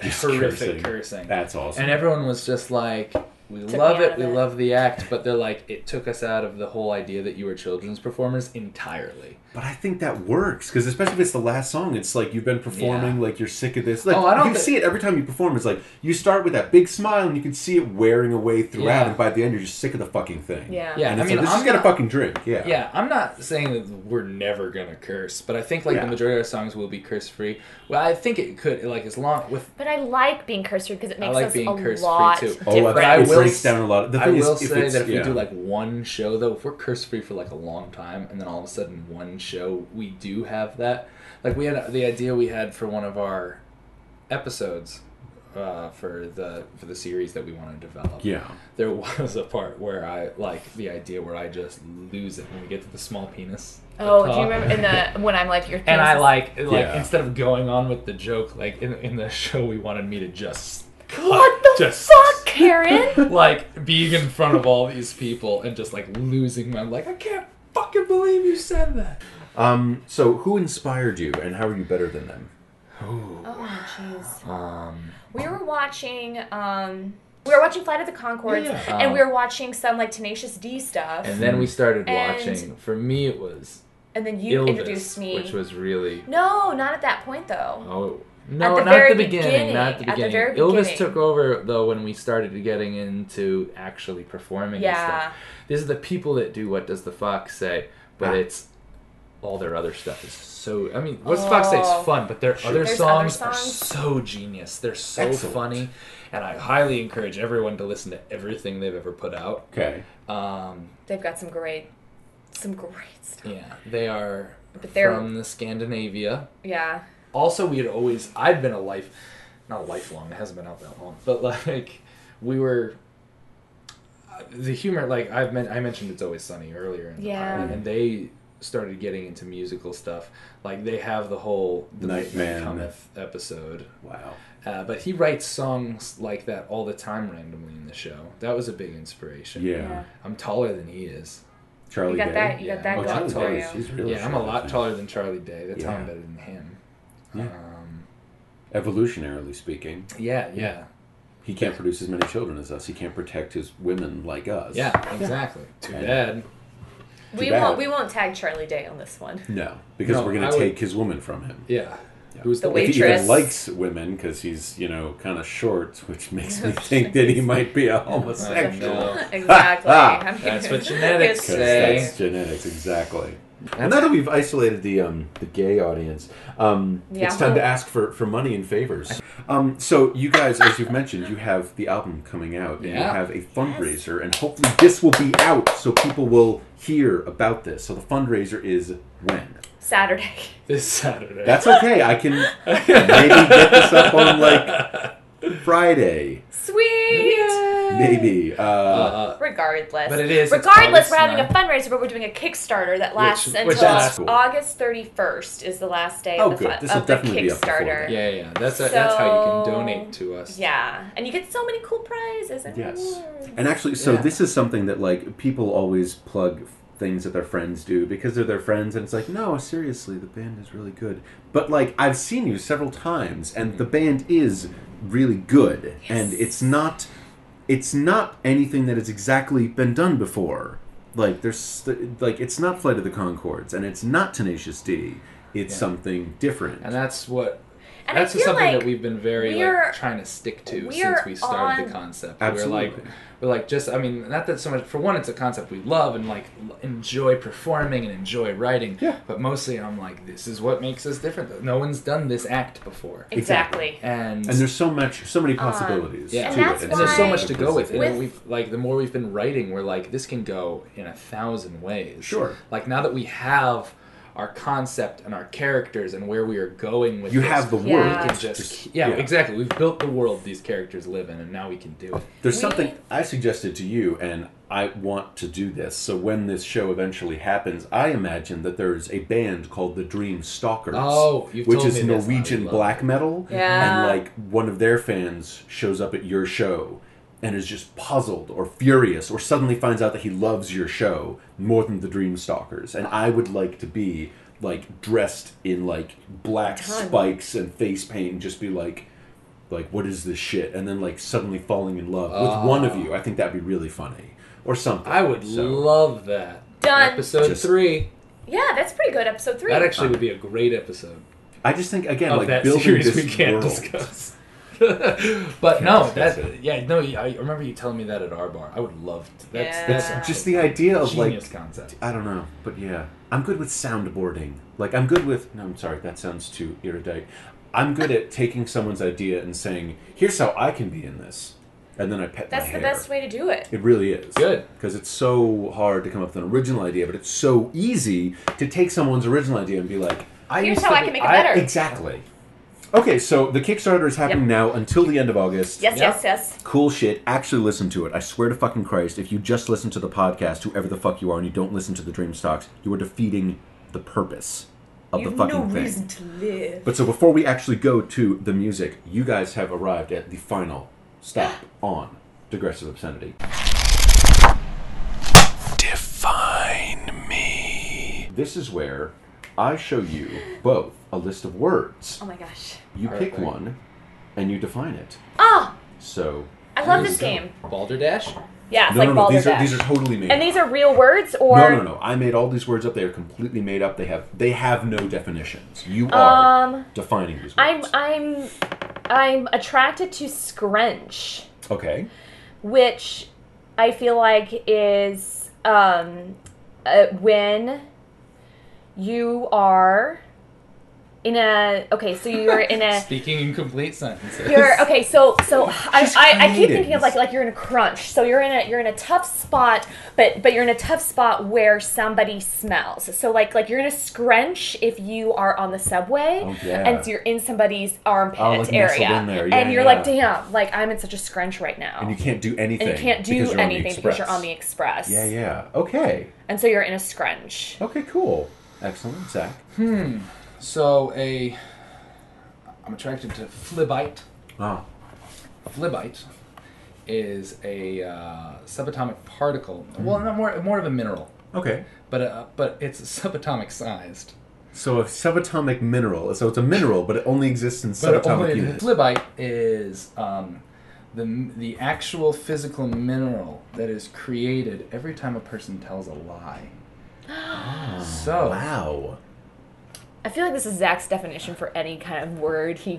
S4: Just
S2: horrific cursing.
S4: That's awesome.
S2: And everyone was just like, "We
S3: me
S2: love
S3: out
S2: it.
S3: of
S2: We
S3: it.
S2: love the act." But they're like, "It took us out of the whole idea that you were children's performers entirely."
S4: But I think that works because especially if it's the last song, it's like you've been performing,
S2: Yeah.
S4: like you're sick of this. Like
S2: Oh, I don't
S4: you
S2: thi-
S4: see it every time you perform. It's like you start with that big smile and you can see it wearing away throughout,
S2: Yeah.
S4: and by the end you're just sick of the fucking thing.
S3: Yeah.
S2: Yeah,
S4: and
S2: I
S4: it's
S2: mean,
S4: like, this
S2: I'm
S4: is gonna
S2: not-
S4: fucking drink. Yeah,
S2: Yeah, I'm not saying that we're never gonna curse, but I think like
S4: Yeah.
S2: the majority of our songs will be curse free. Well, I think it could like as long with
S3: But I like being curse free because it makes
S2: like
S3: us
S2: being
S3: a
S2: curse-free,
S3: lot
S2: too. Oh, I
S3: different.
S4: But
S2: But I
S4: it
S2: will
S4: breaks
S2: s-
S4: down a lot. The
S2: I
S4: thing is,
S2: will
S4: if
S2: say
S4: it's-
S2: that if
S4: yeah.
S2: we do like one show, though, if we're curse free for like a long time, and then all of a sudden one show, we do have that. Like we had the idea we had for one of our episodes uh, for the for the series that we want to develop.
S4: yeah,
S2: There was a part where I like the idea where I just lose it when we get to the small penis.
S3: Oh,
S2: The
S3: do you
S2: top.
S3: remember in the when I'm like your
S2: And I
S3: penis-
S2: like like
S4: Yeah.
S2: instead of going on with the joke, like in in the show, we wanted me to just cut,
S3: what the
S2: just
S3: fuck, Karen?
S2: like being in front of all these people and just like losing my like I can't fucking believe you said that.
S4: Um, so who inspired you, and how are you better than them?
S3: oh jeez. Um, we were watching um. We were watching Flight of the Concords,
S2: Yeah.
S3: and
S2: Um,
S3: we were watching some like Tenacious D stuff,
S2: And then we started
S3: And-
S2: watching. For me, it was
S3: and then you
S2: Ilvis,
S3: introduced me.
S2: which was really
S3: No, not at that point though.
S2: oh no,
S3: the
S2: not at
S3: very
S2: the beginning, not at the
S3: beginning,
S2: beginning.
S3: at the very
S2: Ilvis
S3: beginning.
S2: took over though when we started getting into actually performing. and
S3: Yeah.
S2: stuff. these are the people that do what does the fox say, but
S4: Ah.
S2: it's. All their other stuff is so. I mean, what does the Fox say?
S3: Oh.
S2: It's fun, but their other
S3: There's other
S2: songs, are
S3: songs.
S2: so genius. They're so
S4: Excellent.
S2: funny, and I highly encourage everyone to listen to everything they've ever put out.
S4: Okay,
S2: Um,
S3: They've got some great, some great stuff.
S2: yeah, they are
S3: But they're-
S2: from the Scandinavia.
S3: Yeah.
S2: also we had always i'd been a life not lifelong it hasn't been out that long but like we were uh, the humor like i've men- i mentioned it's always sunny earlier in the
S3: Yeah.
S2: pod,
S4: Mm-hmm.
S2: and they started getting into musical stuff like they have the whole the
S4: Nightman.
S2: cometh episode
S4: wow.
S2: uh, but he writes songs like that all the time randomly in the show that was a big inspiration
S4: Yeah,
S3: Yeah.
S2: i'm taller than he is
S4: Charlie.
S3: You got
S4: Day.
S3: that. You
S2: Yeah.
S3: got that
S4: Oh,
S2: lot
S3: going
S4: Charlie
S3: for
S4: Day.
S3: you.
S4: is- He's really
S2: yeah i'm a
S4: short,
S2: lot
S4: isn't he?
S2: taller than charlie day that's how
S4: Yeah.
S2: i'm better than him um,
S4: Evolutionarily speaking,
S2: yeah yeah
S4: he can't produce as many children as us. He can't protect his women like us.
S2: Yeah, exactly. Too
S4: And-
S2: bad.
S3: We
S4: Too bad.
S3: won't. We won't tag Charlie Day on this one.
S4: No, because
S2: No,
S4: we're going
S2: I
S4: to
S2: would-
S4: take his woman from him.
S2: Yeah. Who's
S3: The
S2: the,
S4: If
S2: waitress?
S4: he even
S3: Waitress.
S4: likes women because he's, you know, kind of short, which makes me think that he might be a homosexual.
S2: No.
S3: exactly.
S4: Ah,
S3: I mean,
S2: that's what genetics
S3: it's-
S4: Because
S2: say.
S4: that's genetics, exactly. Well, now that we've isolated the um, the gay audience, um,
S3: Yeah.
S4: it's time to ask for, for money and favors. Um, so you guys, as you've mentioned, you have the album coming out, and
S2: Yeah.
S4: you have a fundraiser, and hopefully this will be out, so people will hear about this. So the fundraiser is when?
S3: Saturday.
S2: This Saturday.
S4: That's okay. I can maybe get this up on like Friday,
S3: Sweet.
S4: maybe. Uh,
S2: uh,
S3: Regardless.
S2: But it is, it's
S3: Regardless,
S2: August
S3: we're having a
S2: 9th.
S3: fundraiser, but we're doing a Kickstarter that lasts
S2: which
S3: until
S4: that's cool.
S3: August 31st. Is the last day
S4: Oh,
S3: of the,
S4: good.
S3: fun-
S4: This'll
S3: of the
S4: definitely be up before
S3: Kickstarter.
S4: then.
S2: yeah, yeah, yeah. That's uh, that's how you
S3: So-
S2: can donate to us.
S3: Yeah, and you get so many cool prizes and
S4: Yes.
S3: rewards.
S4: And actually, so
S2: Yeah.
S4: this is something that like people always plug things that their friends do because they're their friends, and it's like, no, seriously, the band is really good. But like, I've seen you several times, and the band is really good, and it's not, it's not anything that has exactly been done before. Like there's like it's not Flight of the Concords, and it's not Tenacious D. It's something different.
S2: And that's what
S3: And
S2: That's
S3: I feel
S2: something
S3: like
S2: that we've been very
S3: we're-
S2: like trying to stick to since
S3: we're
S2: we started
S3: on-
S2: the concept. We're like
S4: Absolutely.
S2: we're like just I mean not that so much for one it's a concept we love and like l- enjoy performing and enjoy writing.
S4: Yeah.
S2: But mostly I'm like this is what makes us different. No one's done this act before.
S3: exactly.
S2: And
S4: And there's so much, so many possibilities.
S2: yeah. And
S4: to
S3: that's
S4: it.
S2: and there's so
S3: why-
S2: much to go with.
S3: With-
S2: And we've like the more we've been writing, we're like this can go in a thousand ways.
S4: Sure.
S2: Like now that we have our concept and our characters and where we are going with
S4: You
S2: this,
S4: have the
S3: Yeah.
S4: word.
S2: we can
S3: It's
S2: just
S4: just-
S2: yeah,
S4: yeah.
S2: exactly we've built the world these characters live in and now we can do it
S4: There's
S3: We-
S4: something I suggested to you, and I want to do this. So when this show eventually happens, I imagine that there's a band called the Dream Stalkers.
S2: Oh, you've
S4: which
S2: told
S4: is
S2: me this. I
S4: Norwegian
S2: love
S4: black metal.
S3: Yeah.
S4: And like one of their fans shows up at your show and is just puzzled or furious or suddenly finds out that he loves your show more than the Dream Stalkers. And I would like to be like dressed in like black spikes and face paint and just be like like what is this shit and then like suddenly falling in love with one of you i think that'd be really funny or something
S2: Ah. i would
S4: So,
S2: love that
S3: Done.
S2: episode
S4: Just-
S2: three
S3: Yeah, that's pretty good. Episode three.
S2: that actually would be a great episode
S4: i just think again
S2: of
S4: like
S2: that
S4: building
S2: series
S4: this
S2: we can't
S4: world
S2: discuss but no
S4: discuss
S2: that
S4: it.
S2: yeah no i remember you telling me that at our bar i would love to that's
S3: Yeah.
S2: that's
S4: just the idea of
S2: genius
S4: like
S2: concept
S4: i don't know but yeah i'm good with soundboarding like i'm good with no i'm sorry that sounds too erudite i'm good at taking someone's idea and saying here's how i can be in this and then i pet my
S3: that's the
S4: hair.
S3: best way to do it.
S4: It really is.
S2: Good.
S4: Because it's so hard to come up with an original idea, but it's so easy to take someone's original idea and be like, I
S3: Here's
S4: used
S3: how
S4: to
S3: I
S4: be-
S3: can make it better.
S4: Exactly. Okay, so the Kickstarter is
S3: Yep.
S4: happening now until the end of August.
S3: Yes,
S2: Yeah.
S3: yes, yes.
S4: Cool shit. Actually, listen to it. I swear to fucking Christ, if you just listen to the podcast, whoever the fuck you are, and you don't listen to the Dream Stocks, you are defeating the purpose of the fucking thing.
S3: to live.
S4: But so before we actually go to the music, you guys have arrived at the final stop on Digressive Obscenity.
S6: Define me.
S4: This is where I show you both a list of words.
S3: Oh my gosh.
S4: You pick
S2: Perfect.
S4: one and you define it.
S3: Ah,
S4: So
S3: I love
S4: Here
S3: this
S4: we go.
S3: game.
S2: balderdash
S3: Yeah, it's
S4: No,
S3: like
S4: no, no. These are
S3: Balderdash.
S4: these are totally made.
S3: and
S4: up.
S3: these are real words, or
S4: no, no, no. I made all these words up. They are completely made up. They have they have no definitions. You are
S3: Um,
S4: defining these words.
S3: I'm, I'm, I'm attracted to scrunch.
S4: okay.
S3: which I feel like is um, uh, when you are in a okay, so you're in a
S2: speaking in complete sentences
S3: you're okay. So so I, I, I keep
S4: creative.
S3: thinking of like like you're in a crunch. So you're in a you're in a tough spot, but but you're in a tough spot where somebody smells. So like like you're in a scrunch if you are on the subway
S4: Oh, yeah.
S3: and so you're in somebody's armpit
S4: Oh, like nestled
S3: area,
S4: in there.
S3: and
S4: Yeah,
S3: you're
S4: yeah.
S3: like, damn, like I'm in such a scrunch right now.
S4: And you can't do anything.
S3: And you can't
S4: because
S3: do
S4: you're on the
S3: anything because you're
S4: Express.
S3: on the express.
S4: Yeah, yeah. Okay.
S3: And so you're in a scrunch.
S4: Okay. Cool. Excellent, Zach.
S2: so a i'm attracted to flibite
S4: Ah,
S2: Flibite is a uh, subatomic particle.
S4: Mm.
S2: Well, not more more of a mineral,
S4: okay.
S2: but uh, but it's subatomic sized.
S4: So a subatomic mineral. So it's a mineral, but it only exists in
S2: But
S4: subatomic
S2: only
S4: units.
S2: Flibite is um, the the actual physical mineral that is created every time a person tells a lie. so
S4: Wow.
S3: I feel like this is Zach's definition for any kind of word he.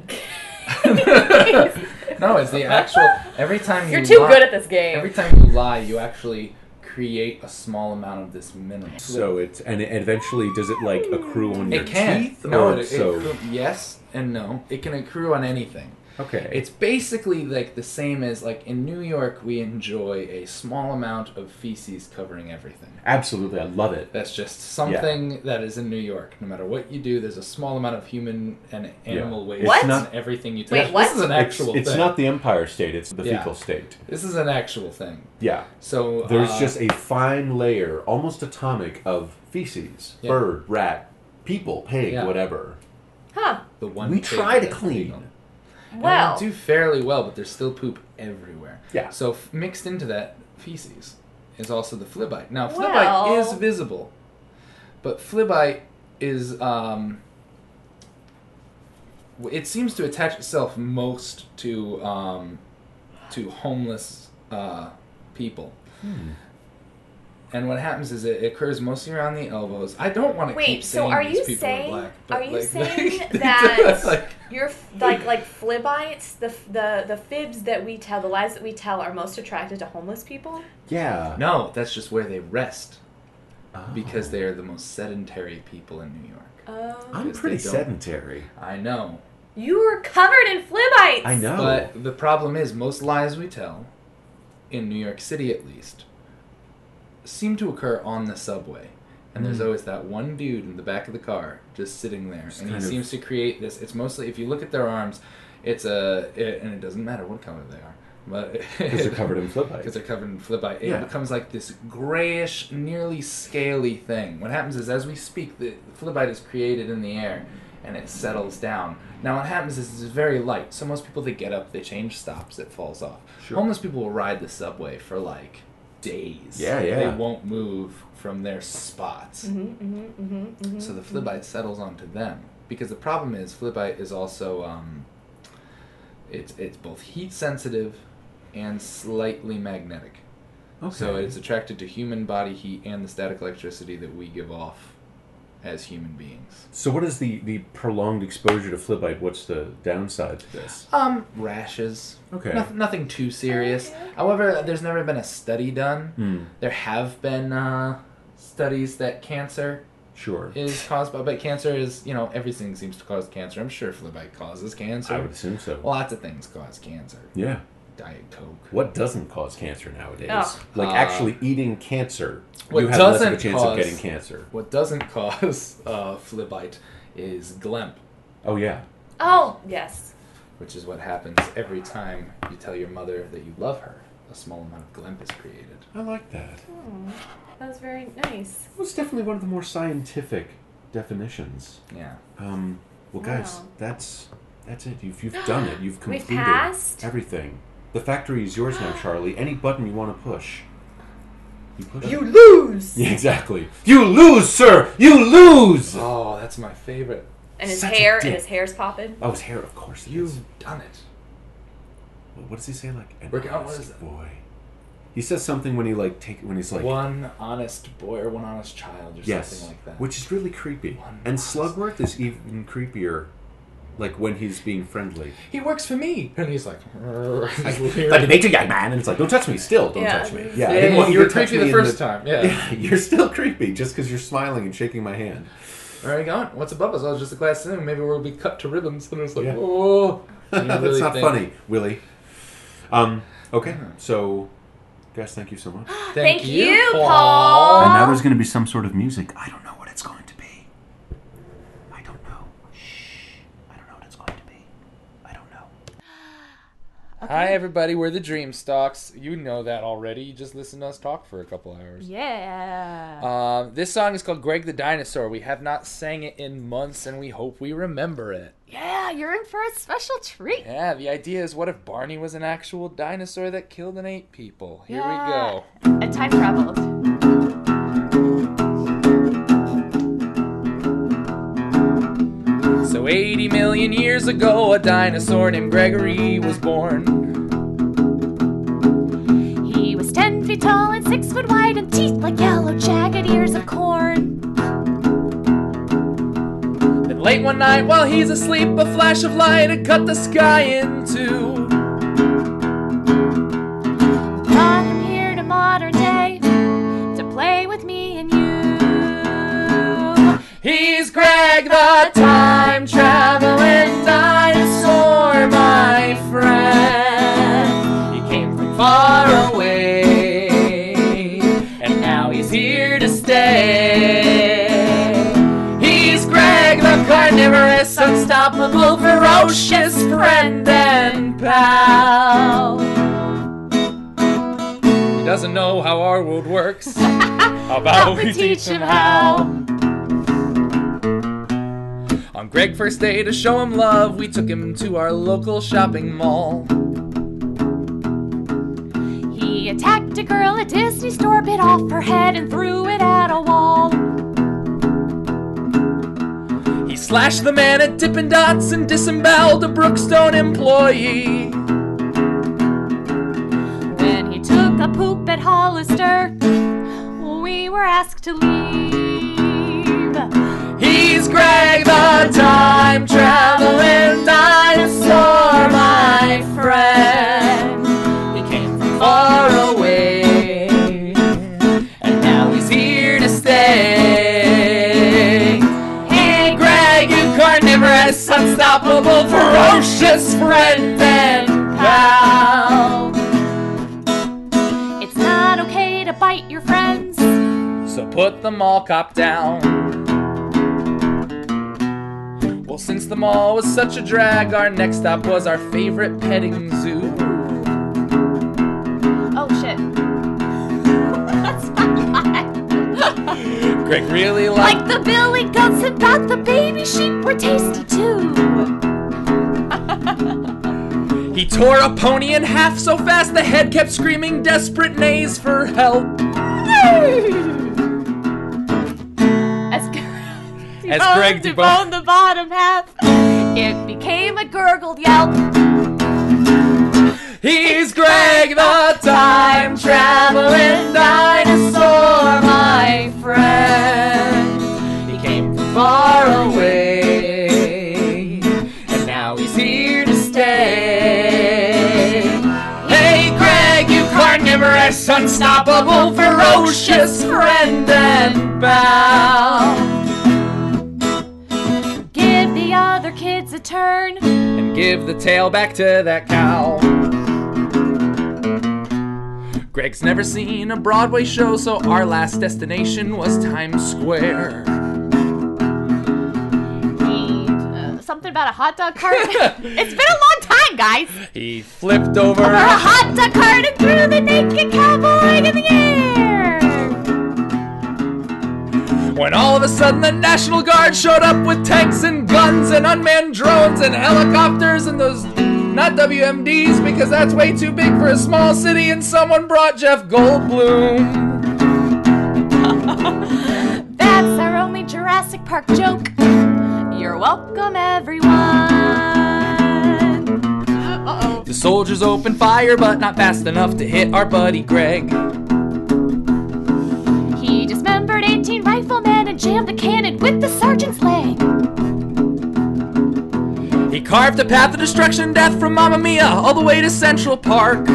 S2: no, it's the actual every time
S3: You're
S2: you
S3: too
S2: lie-
S3: good at this game.
S2: Every time you lie, you actually create a small amount of this mineral.
S4: So it's and it eventually does it like accrue on your
S2: It can.
S4: teeth
S2: no,
S4: or
S2: it, it
S4: so
S2: accru- yes and no. It can accrue on anything.
S4: okay.
S2: It's basically like the same as like in New York we enjoy a small amount of feces covering everything.
S4: absolutely I love it.
S2: That's just something that is in New York. No matter what you do, there's a small amount of human and animal waste
S4: What?
S2: in
S4: Not-
S2: everything you touch.
S3: Wait, what?
S2: This is an
S4: It's,
S2: actual
S4: it's
S2: thing.
S4: not the empire state, it's the
S2: Yeah.
S4: fecal state.
S2: this is an actual thing.
S4: Yeah.
S2: So
S4: There's
S2: uh,
S4: just a fine layer, almost atomic, of feces.
S2: Yeah.
S4: Bird, rat, people, pig,
S2: Yeah.
S4: whatever.
S3: huh.
S2: the one
S4: we
S2: pig
S4: try to
S2: that's
S4: clean.
S2: legal. And
S3: Well.
S2: they do fairly well, but there's still poop everywhere.
S4: Yeah.
S2: So f- mixed into that feces is also the flibite. Now flibite
S3: Well.
S2: is visible, but flibite is um. w- It seems to attach itself most to
S3: Hmm.
S2: um, to homeless uh, people. And what happens is it occurs mostly around the elbows. I don't want to keep
S3: Wait,
S2: saying
S3: so are
S2: these
S3: you
S2: people
S3: saying
S2: are black. but,
S3: are you
S2: like,
S3: saying
S2: like,
S3: that
S2: like,
S3: your f- like like flibites the f- the the fibs that we tell the lies that we tell are most attracted to homeless people?
S4: Yeah.
S2: no, that's just where they rest because they are the most sedentary people in New York.
S3: Oh,
S4: I'm
S2: because
S4: pretty
S2: they don't-
S4: sedentary.
S2: I know,
S3: you were covered in flibites.
S4: I know.
S2: but the problem is most lies we tell, in New York City at least, seem to occur on the subway. And
S4: Hmm.
S2: there's always that one dude in the back of the car just sitting there, and he
S4: kind of-
S2: seems to create this. It's mostly if you look at their arms, it's a it, and it doesn't matter what color they are, but
S4: Because they're covered in flip
S2: because they're covered in flibite. It
S4: Yeah.
S2: becomes like this grayish, nearly scaly thing. What happens is, as we speak, the flibite is created in the air and it settles down. Now, what happens is it's very light. So most people, they get up, they change stops, it falls off.
S4: Sure.
S2: Homeless people will ride the subway for like days.
S4: Yeah, yeah.
S2: They won't move from their spots. So the flibite settles onto them because the problem is flibite is also um, it's it's both heat sensitive and slightly magnetic.
S4: Okay.
S2: So it's attracted to human body heat and the static electricity that we give off as human beings.
S4: So what is the the prolonged exposure to flipite? What's the downside to this?
S2: Um, rashes.
S4: Okay.
S2: Noth- nothing too serious. However, there's never been a study done.
S4: Hmm.
S2: There have been uh, studies that cancer
S4: Sure.
S2: is caused by, but cancer is, you know, everything seems to cause cancer. I'm sure flibite causes cancer.
S4: I would assume so.
S2: Lots of things cause cancer.
S4: yeah.
S2: Diet Coke.
S4: What doesn't cause cancer nowadays?
S3: Oh.
S4: Like actually eating cancer,
S2: uh, what
S4: you have less of a
S2: doesn't
S4: chance
S2: cause-
S4: of getting cancer.
S2: What doesn't cause uh, flibite is glemp,
S4: Oh yeah.
S3: Oh yes.
S2: which is what happens every time you tell your mother that you love her. A small amount of glemp is created.
S4: I like that.
S3: That was very nice.
S4: That was definitely one of the more scientific definitions.
S2: Yeah.
S4: Um, well, guys,
S3: Wow.
S4: that's that's it. You've you've done it. You've
S3: We've
S4: completed
S3: passed?
S4: everything. The factory is yours now, Charlie. Any button you want to push, you push. it.
S3: lose.
S4: Yeah, exactly. You lose, sir. You lose. Oh,
S2: Oh, that's my favorite.
S3: And his
S4: Such a
S3: hair and
S4: dick.
S3: his hair's popping.
S4: Oh, his hair, of course. it is.
S2: You've done it.
S4: What does he say? Like an
S2: Rick, oh, what
S4: honest
S2: is that?
S4: boy. He says something when he like take when he's like
S2: one honest boy or one honest child or
S4: yes,
S2: something like that.
S4: which is really creepy.
S2: One
S4: and
S2: honest-
S4: Slugworth is even creepier, like when he's being friendly.
S2: he works for me, and he's like,
S4: Like nature, young man, and it's like, don't touch me. Still, don't
S3: Yeah.
S4: touch me.
S3: Yeah,
S4: I
S2: yeah,
S4: didn't want
S2: you
S4: to
S2: were
S4: touch
S2: creepy
S4: me
S2: the
S4: in
S2: first time. Yeah.
S4: Yeah, you're still creepy just because you're smiling and shaking my hand.
S2: Where are you going? What's above us? Oh, it's just a glass ceiling. Maybe we'll be cut to ribbons. And it's like,
S4: Yeah.
S2: oh. You
S4: That's
S2: really
S4: not
S2: think- Hmm.
S4: funny, Willie. Um, okay, so guys, thank you so much.
S2: Thank,
S3: Thank you,
S2: Paul.
S4: And now there's going to be some sort of music. I don't know what it's going to be. I don't know. Shh. I don't know what it's going to be. I don't know.
S2: Hi, everybody. We're the Dream Stalks. You know that already. You just listen to us talk for a couple hours.
S3: Yeah.
S4: Uh,
S2: Um, this song is called Greg the Dinosaur. We have not sang it in months, and we hope we remember it.
S3: Yeah, you're in for a special treat.
S2: Yeah, the idea is what if Barney was an actual dinosaur that killed and ate people? Here we
S3: Yeah.
S2: go.
S3: A time travel.
S2: So 80 million years ago, a dinosaur named Gregory was born.
S3: He was ten feet tall and six foot wide, and teeth like yellow jagged ears of corn.
S2: Then late one night, while he's asleep, a flash of light had cut the sky in two.
S3: Brought him here to modern day to play with me and you.
S2: He's Greg the time traveling dinosaur, my friend. He came from far away, and now he's here to stay. He's Greg the carnivorous, unstoppable, ferocious friend and pal. He doesn't know how our world works. How about we teach him how? On Greg's first day to show him love, we took him to our local shopping mall.
S3: He attacked a girl at Disney store, bit off her head and threw it at a wall.
S2: He slashed the man at Dippin' Dots and disemboweled a Brookstone employee.
S3: When he took a poop at Hollister, we were asked to leave.
S2: He's Greg the time traveling dinosaur, my friend. He came from far away, and now he's here to stay. Hey, Greg, you carnivorous, unstoppable, ferocious friend and pal.
S3: It's not okay to bite your friends.
S2: So put the mall cop down. Well, since the mall was such a drag, our next stop was our favorite petting zoo.
S3: Oh shit. That's my life.
S2: Greg really liked
S3: Like the Billy Goats and about the baby sheep were tasty too.
S2: He tore a pony in half so fast the head kept screaming desperate neighs for help.
S3: As,
S2: As Greg
S3: deboned
S2: deboned-
S3: the bottom half, it became a gurgled yelp.
S2: He's Greg the time traveling dinosaur, my friend. He came from far away, and now he's here to stay. Hey, Greg, you carnivorous, unstoppable, ferocious friend and pal.
S3: Give the other kids a turn.
S2: And give the tail back to that cow. Greg's never seen a Broadway show, so our last destination was Times Square.
S3: Uh, something about a hot dog cart. it's been a long time, guys.
S2: He flipped over.
S3: For a hot dog cart and threw the naked cowboy in the air.
S2: When all of a sudden the National Guard showed up with tanks and guns and unmanned drones and helicopters and those not WMDs because that's way too big for a small city and someone brought Jeff Goldblum.
S3: That's our only Jurassic Park joke. You're welcome, everyone. Uh oh.
S2: The soldiers opened fire but not fast enough to hit our buddy Greg.
S3: He dismembered 18 riflemen and jammed the cannon with the sergeant's leg.
S2: He carved a path of destruction, death from Mamma Mia all the way to Central Park.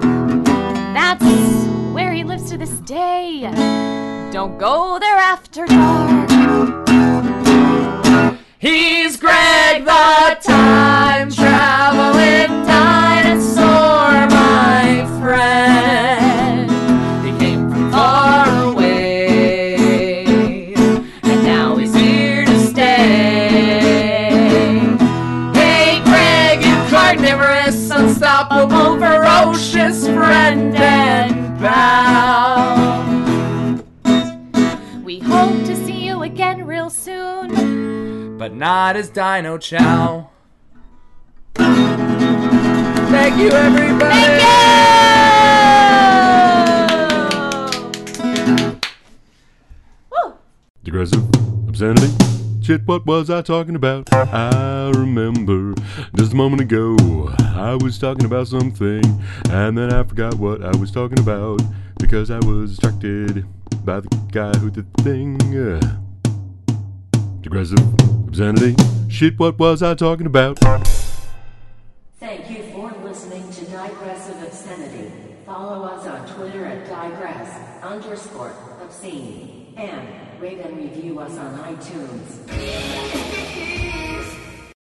S3: That's where he lives to this day. Don't go there after dark.
S2: He's Greg the time traveling dinosaur, my friend. He came from far away, and now he's here to stay. Hey, Greg, you carnivorous, unstoppable, ferocious friend and pal.
S3: We hope to see you again real soon.
S2: but not as Dino Chow. Thank you, everybody.
S5: Digressive obscenity. Shit, what was I talking about? I remember just a moment ago I was talking about something, and then I forgot what I was talking about because I was distracted by the guy who did the thing. Uh, Digressive obscenity. Shit, what was I talking about?
S1: Thank you for listening to Digressive Obscenity. Follow us on Twitter at digress underscore obscene and rate and review us on iTunes.